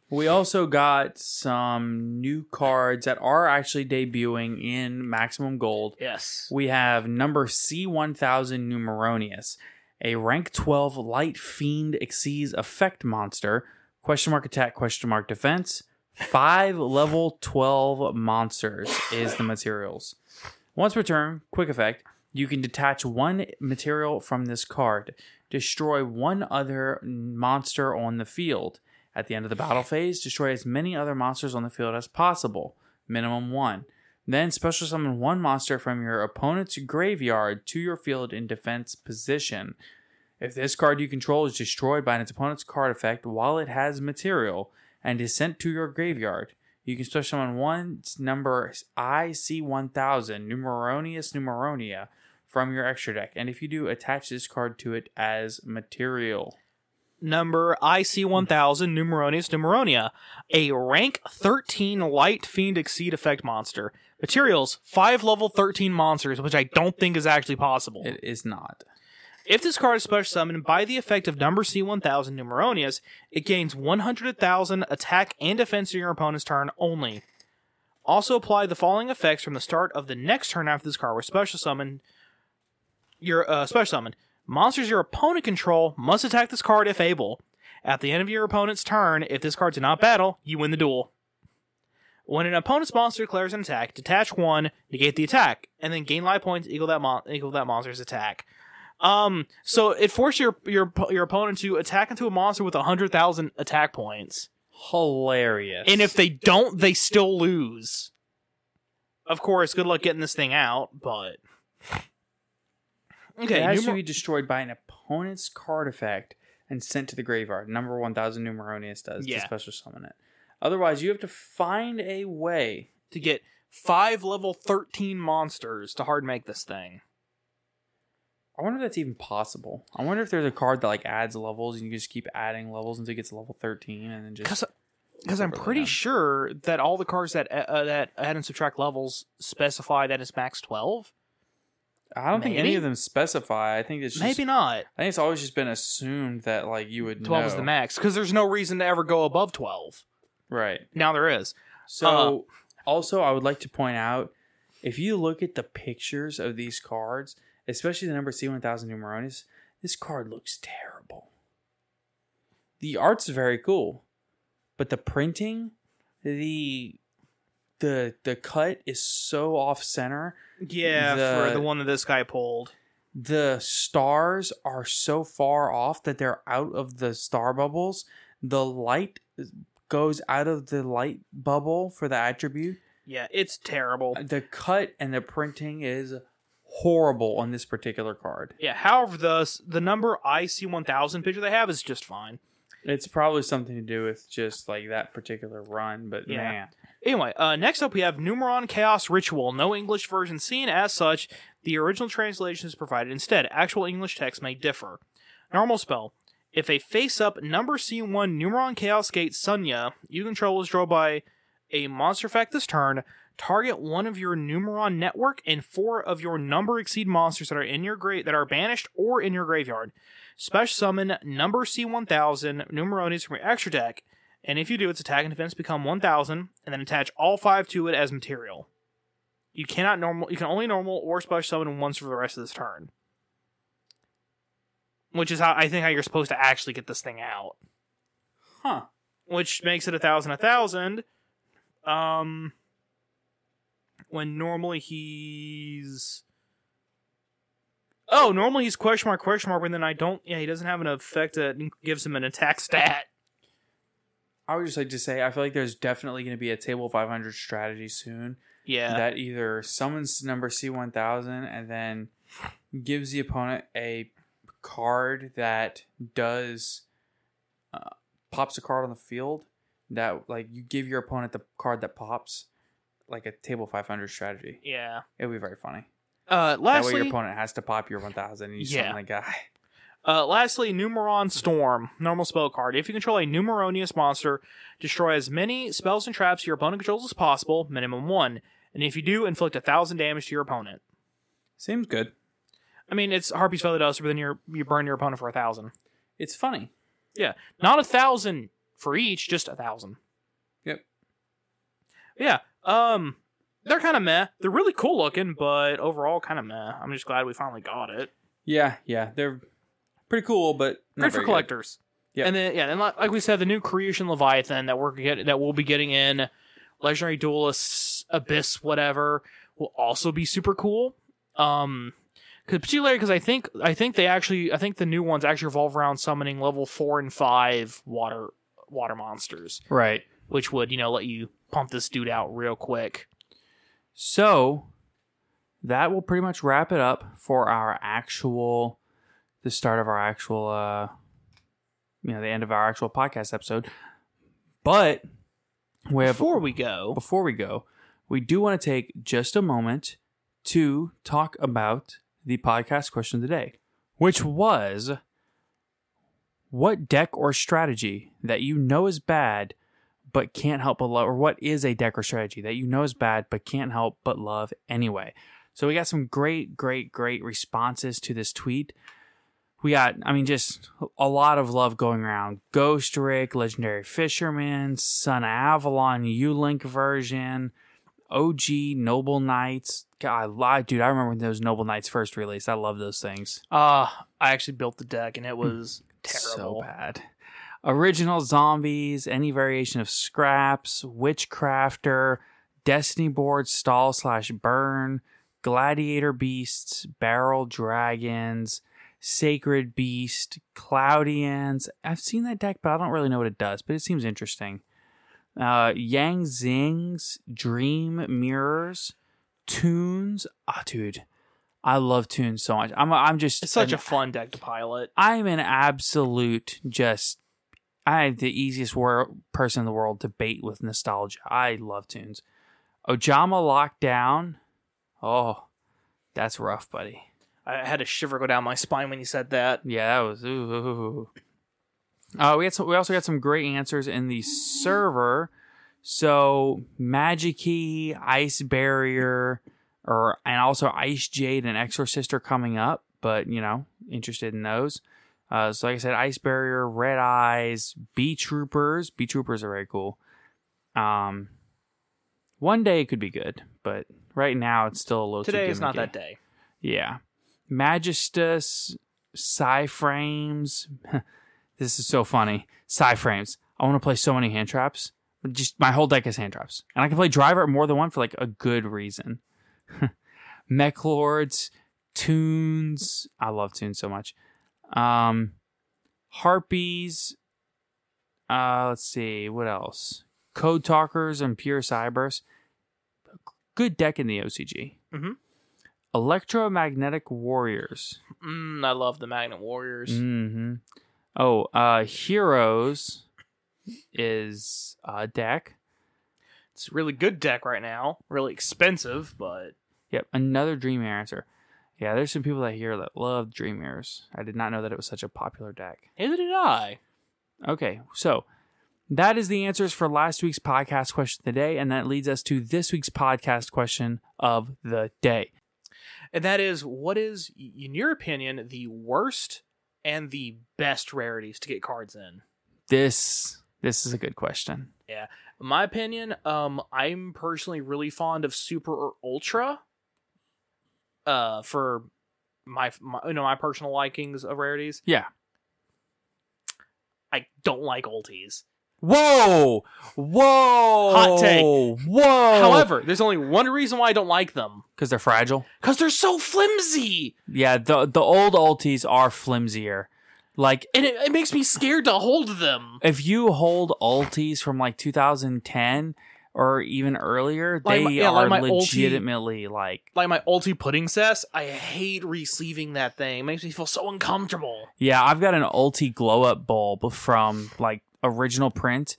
[SPEAKER 1] we also got some new cards that are actually debuting in Maximum Gold.
[SPEAKER 2] Yes.
[SPEAKER 1] We have number C1000 Numeronius, a rank 12 light fiend exceeds effect monster, question mark attack, question mark defense. Five level 12 monsters is the materials. Once per turn, quick effect, you can detach one material from this card, destroy one other monster on the field. At the end of the battle phase, destroy as many other monsters on the field as possible, minimum one. Then special summon one monster from your opponent's graveyard to your field in defense position. If this card you control is destroyed by its opponent's card effect while it has material and is sent to your graveyard, you can special summon one number IC1000 Numeronius Numeronia from your extra deck. And if you do, attach this card to it as material.
[SPEAKER 2] number IC1000 Numeronius Numeronia, a rank 13 light fiend exceed effect monster. Materials 5 level 13 monsters, which I don't think is actually possible.
[SPEAKER 1] It is not.
[SPEAKER 2] If this card is special summoned by the effect of number C1000 Numeronius, it gains 100,000 attack and defense during your opponent's turn only. Also apply the following effects from the start of the next turn after this card was special summoned. Your uh, special summoned monsters your opponent control must attack this card if able. At the end of your opponent's turn, if this card did not battle, you win the duel. When an opponent's monster declares an attack, detach one, negate the attack, and then gain life points equal that mon- equal that monster's attack. Um, so it forced your your your opponent to attack into a monster with hundred thousand attack points,
[SPEAKER 1] Hilarious.
[SPEAKER 2] and if they don't, they still lose. Of course, good luck getting this thing out, but okay,
[SPEAKER 1] it
[SPEAKER 2] numer-
[SPEAKER 1] has to be destroyed by an opponent's card effect and sent to the graveyard. Number 1000 Numeronius does
[SPEAKER 2] Yeah.
[SPEAKER 1] to special summon it. Otherwise, you have to find a way.
[SPEAKER 2] to get five level thirteen monsters to hard make this thing.
[SPEAKER 1] I wonder if that's even possible. I wonder if there's a card that like adds levels and you just keep adding levels until it gets to level 13 and then just
[SPEAKER 2] Because because I'm
[SPEAKER 1] Really
[SPEAKER 2] pretty
[SPEAKER 1] not.
[SPEAKER 2] sure that all the cards that uh, that add and subtract levels specify that it's max twelve.
[SPEAKER 1] I don't think any
[SPEAKER 2] maybe?
[SPEAKER 1] of them specify. I think it's just,
[SPEAKER 2] Maybe not.
[SPEAKER 1] I think it's always just been assumed that like you would
[SPEAKER 2] 12 is
[SPEAKER 1] know.
[SPEAKER 2] the max because there's no reason to ever go above 12
[SPEAKER 1] Right.
[SPEAKER 2] now there is
[SPEAKER 1] So, also, I would like to point out if you look at the pictures of these cards, especially the number C1000 Numeronis, this card looks terrible. The art's very cool, but the printing, the the the cut is so off center.
[SPEAKER 2] yeah
[SPEAKER 1] The-
[SPEAKER 2] for the one that this guy pulled
[SPEAKER 1] The stars are so far off that they're out of the star bubbles. The light goes out of the light bubble for the attribute.
[SPEAKER 2] yeah it's terrible
[SPEAKER 1] the cut and the printing is horrible on this particular card.
[SPEAKER 2] yeah however the the number ic1000 picture they have is just fine
[SPEAKER 1] It's probably something to do with just like that particular run, but
[SPEAKER 2] Yeah.
[SPEAKER 1] man,
[SPEAKER 2] anyway uh next up we have numeron chaos ritual no english version seen as such the original translation is provided instead actual english text may differ normal spell If a face up number C1 Numeron Chaos Gate Sunya you control is drawn by a monster fact this turn, target one of your Numeron network and four of your number exceed monsters that are in your gra- that are banished or in your graveyard. Special summon number C1000 Numeronis from your extra deck, and if you do, its attack and defense become 1000, and then attach all five to it as material. You cannot normal. You can only normal or special summon once for the rest of this turn. Which is how I think how you're supposed to actually get this thing out.
[SPEAKER 3] Huh.
[SPEAKER 2] Which makes it a thousand, a thousand. Um. When normally he's. Oh, normally he's question mark question mark, and then I don't. Yeah, he doesn't have an effect that gives him an attack stat.
[SPEAKER 1] I would just like to say I feel like there's definitely going to be a table 500 strategy soon
[SPEAKER 2] Yeah.
[SPEAKER 1] that either summons number C1000 and then gives the opponent a card that does uh, pops a card on the field that like you give your opponent the card that pops like a table 500 strategy.
[SPEAKER 2] yeah.
[SPEAKER 1] It would be very funny.
[SPEAKER 2] Uh, lastly,
[SPEAKER 1] that way your opponent has to pop your 1000 and you
[SPEAKER 2] Yeah.
[SPEAKER 1] summon the guy.
[SPEAKER 2] Uh, lastly, Numeron Storm, normal spell card. If you control a Numeronius monster, destroy as many spells and traps your opponent controls as possible, minimum one. And if you do, inflict a thousand damage to your opponent.
[SPEAKER 1] Seems good.
[SPEAKER 2] I mean, it's Harpy's Feather Duster, but then you you burn your opponent for a thousand.
[SPEAKER 1] It's funny.
[SPEAKER 2] Yeah, not a thousand for each, just a thousand.
[SPEAKER 1] Yep.
[SPEAKER 2] Yeah. Um, they're kind of meh. They're really cool looking, but overall kind of meh. I'm just glad we finally got it.
[SPEAKER 1] Yeah, yeah. They're pretty cool, but not very
[SPEAKER 2] great for
[SPEAKER 1] good.
[SPEAKER 2] collectors.
[SPEAKER 1] Yeah.
[SPEAKER 2] and then yeah, and like, like we said, the new Creation Leviathan that we're get, that we'll be getting in Legendary Duelists, Abyss, whatever, will also be super cool. Um, 'cause- particularly because I think I think they actually I think the new ones actually revolve around summoning level four and five water water monsters,
[SPEAKER 1] Right.
[SPEAKER 2] which would you know let you pump this dude out real quick.
[SPEAKER 1] So that will pretty much wrap it up for our actual the start of our actual uh you know, the end of our actual podcast episode. But we have
[SPEAKER 2] Before we go,
[SPEAKER 1] before we go, we do want to take just a moment to talk about the podcast question of the day, which was what deck or strategy that you know is bad but can't help but love, or what is a deck or strategy that you know is bad but can't help but love anyway? So we got some great, great, great responses to this tweet. We got, I mean, just a lot of love going around. Ghost Rick, Legendary Fisherman, Son of Avalon, U Link version, OG, Noble Knights. God, I, dude, I remember when those Noble Knights first released. I love those things.
[SPEAKER 2] uh, I actually built the deck and it was terrible.
[SPEAKER 1] Hmm. So bad. Original zombies, any variation of scraps, witchcrafter, destiny board, stall slash burn, gladiator beasts, barrel dragons, sacred beast, cloudians. I've seen that deck, but I don't really know what it does, but it seems interesting. Uh, Yang Zings, Dream Mirrors, Tunes. Ah, dude, I love Tunes so much. I'm, I'm just
[SPEAKER 2] It's such
[SPEAKER 1] an
[SPEAKER 2] a fun deck to pilot.
[SPEAKER 1] I'm an absolute just. I am the easiest wor- person in the world to bait with nostalgia. I love tunes. Ojama Lockdown. Oh, that's rough, buddy.
[SPEAKER 2] I had a shiver go down my spine when you said that.
[SPEAKER 1] Yeah, that was. Ooh. Uh, we had some, we also got some great answers in the server. So Magikey, Ice Barrier, or and also Ice Jade and Exorcist are coming up. But you know, interested in those. Uh, so like I said, Ice Barrier, Red Eyes, Bee Troopers. Bee Troopers are very cool. Um, one day it could be good, but right now it's still a little.
[SPEAKER 2] Today
[SPEAKER 1] too
[SPEAKER 2] is not
[SPEAKER 1] gimmicky.
[SPEAKER 2] that day.
[SPEAKER 1] Yeah. Magistus, Cyframes. this is so funny. Cyframes. I want to play so many hand traps. But Just my whole deck is hand traps. And I can play driver more than one for like a good reason. Mech Lords, Tunes. I love Tunes so much. Um Harpies. Uh let's see, what else? Code Talkers and Pure Cybers. Good deck in the OCG. Electromagnetic Warriors.
[SPEAKER 2] Mm, I love the Magnet Warriors.
[SPEAKER 1] Mm-hmm. Oh, uh, Heroes is uh, a deck.
[SPEAKER 2] It's a really good deck right now. Really expensive, but
[SPEAKER 1] Yep, another dream answer. Yeah, there's some people that here that love Dreamers. I did not know that it was such a popular deck.
[SPEAKER 2] Neither did I.
[SPEAKER 1] Okay, so that is the answers for last week's podcast question of the day, and that leads us to this week's podcast question of the day.
[SPEAKER 2] And that is, what is, y- in your opinion, the worst and the best rarities to get cards in?
[SPEAKER 1] This this is a good question.
[SPEAKER 2] Yeah. In my opinion, um, I'm personally really fond of Super or Ultra. Uh, for my, my you know my personal likings of rarities,
[SPEAKER 1] Yeah.
[SPEAKER 2] I don't like ulties.
[SPEAKER 1] Whoa! Whoa!
[SPEAKER 2] Hot take.
[SPEAKER 1] Whoa!
[SPEAKER 2] However, there's only one reason why I don't like them
[SPEAKER 1] because they're fragile.
[SPEAKER 2] because they're so flimsy,
[SPEAKER 1] Yeah, the the old alties are flimsier. Like
[SPEAKER 2] and it, it makes me scared to hold them.
[SPEAKER 1] if you hold alties from like 2010 or even earlier,
[SPEAKER 2] Like
[SPEAKER 1] they
[SPEAKER 2] my- yeah,
[SPEAKER 1] are
[SPEAKER 2] like my ulti-
[SPEAKER 1] legitimately like
[SPEAKER 2] Like my ulti pudding cess, I hate receiving that thing. It makes me feel so uncomfortable.
[SPEAKER 1] Yeah, I've got an ulti glow up bulb from like original print.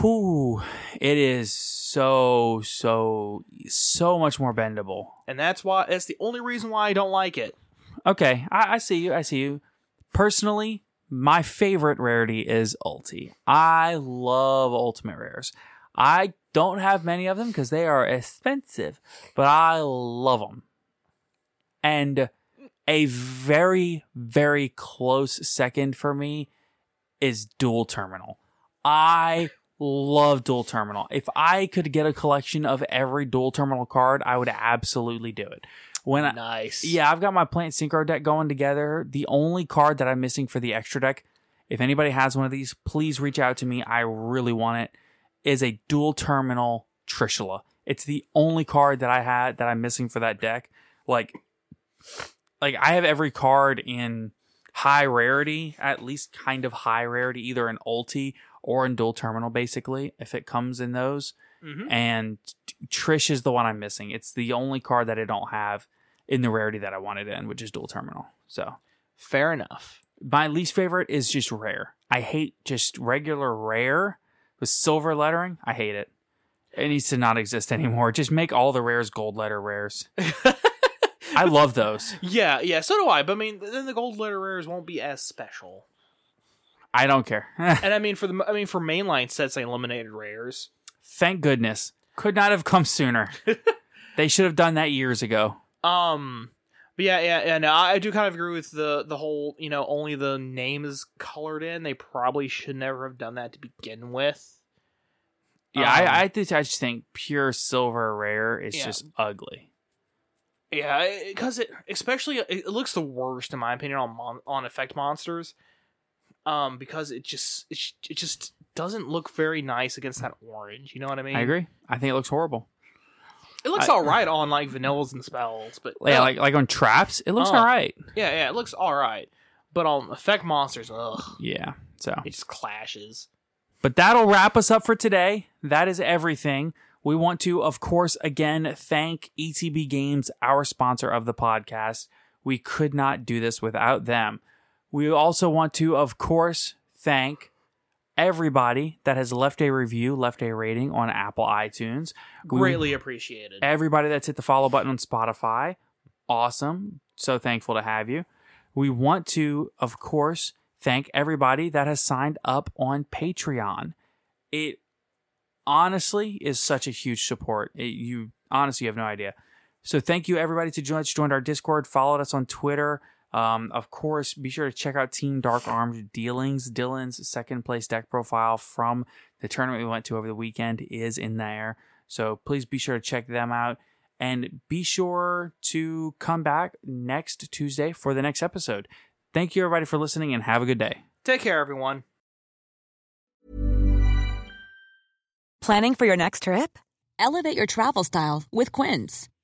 [SPEAKER 1] Whew, it is so, so, so much more bendable.
[SPEAKER 2] And that's why that's the only reason why I don't like it.
[SPEAKER 1] Okay, I, I see you. I see you. Personally, my favorite rarity is ulti. I love ultimate rares. I don't have many of them because they are expensive, but I love them. And a very, very close second for me is dual terminal. I love dual terminal. If I could get a collection of every dual terminal card, I would absolutely do it. When I,
[SPEAKER 2] Nice.
[SPEAKER 1] yeah, I've got my plant synchro deck going together. The only card that I'm missing for the extra deck, if anybody has one of these, please reach out to me. I really want it. Is a dual terminal Trishula. It's the only card that I had that I'm missing for that deck. Like, like I have every card in high rarity, at least kind of high rarity, either in ulti or in dual terminal, basically, if it comes in those. And Trish is the one I'm missing. It's the only card that I don't have in the rarity that I wanted in, which is dual terminal. So
[SPEAKER 2] Fair enough.
[SPEAKER 1] my least favorite is just rare. I hate just regular rare with silver lettering. I hate it. It needs to not exist anymore. Just make all the rares gold letter rares. I love those.
[SPEAKER 2] Yeah, yeah, so do I. But I mean, then the gold letter rares won't be as special.
[SPEAKER 1] I don't care.
[SPEAKER 2] And I mean, for the I mean, for mainline sets, they eliminated rares.
[SPEAKER 1] Thank goodness. Could not have come sooner. they should have done that years ago.
[SPEAKER 2] Um, but yeah, yeah, and I I do kind of agree with the the whole you know only the name is colored in. They probably should never have done that to begin with.
[SPEAKER 1] Yeah,
[SPEAKER 2] Um,
[SPEAKER 1] I, I, think, I just think pure silver rare is
[SPEAKER 2] Yeah.
[SPEAKER 1] just ugly.
[SPEAKER 2] Yeah, because it especially it it looks the worst in my opinion on mon- on effect monsters. Um, because it just it, sh- it just doesn't look very nice against that orange. You know what I mean?
[SPEAKER 1] I agree. I think it looks horrible.
[SPEAKER 2] It looks
[SPEAKER 1] I-
[SPEAKER 2] all right on like vanillas and spells, but
[SPEAKER 1] Yeah, like like on traps, it looks
[SPEAKER 2] Oh.
[SPEAKER 1] all right.
[SPEAKER 2] Yeah, yeah, it looks all right, but on effect monsters, ugh,
[SPEAKER 1] Yeah. So,
[SPEAKER 2] it just clashes.
[SPEAKER 1] but that'll wrap us up for today. That is everything. We want to, of course, again thank ETB Games, our sponsor of the podcast. We could not do this without them. We also want to, of course, thank everybody that has left a review, left a rating on Apple iTunes. We-
[SPEAKER 2] Greatly appreciated.
[SPEAKER 1] Everybody that's hit the follow button on Spotify, awesome. So thankful to have you. We want to, of course, thank everybody that has signed up on Patreon. It honestly is such a huge support. It- you honestly have no idea. So thank you everybody to join us, joined our Discord, followed us on Twitter. Um, of course, be sure to check out Team Dark Armed Dealings. Dylan's second place deck profile from the tournament we went to over the weekend is in there. So please be sure to check them out. And be sure to come back next Tuesday for the next episode. Thank you everybody for listening and have a good day.
[SPEAKER 2] Take care, everyone.
[SPEAKER 3] Planning for your next trip? Elevate your travel style with Quince.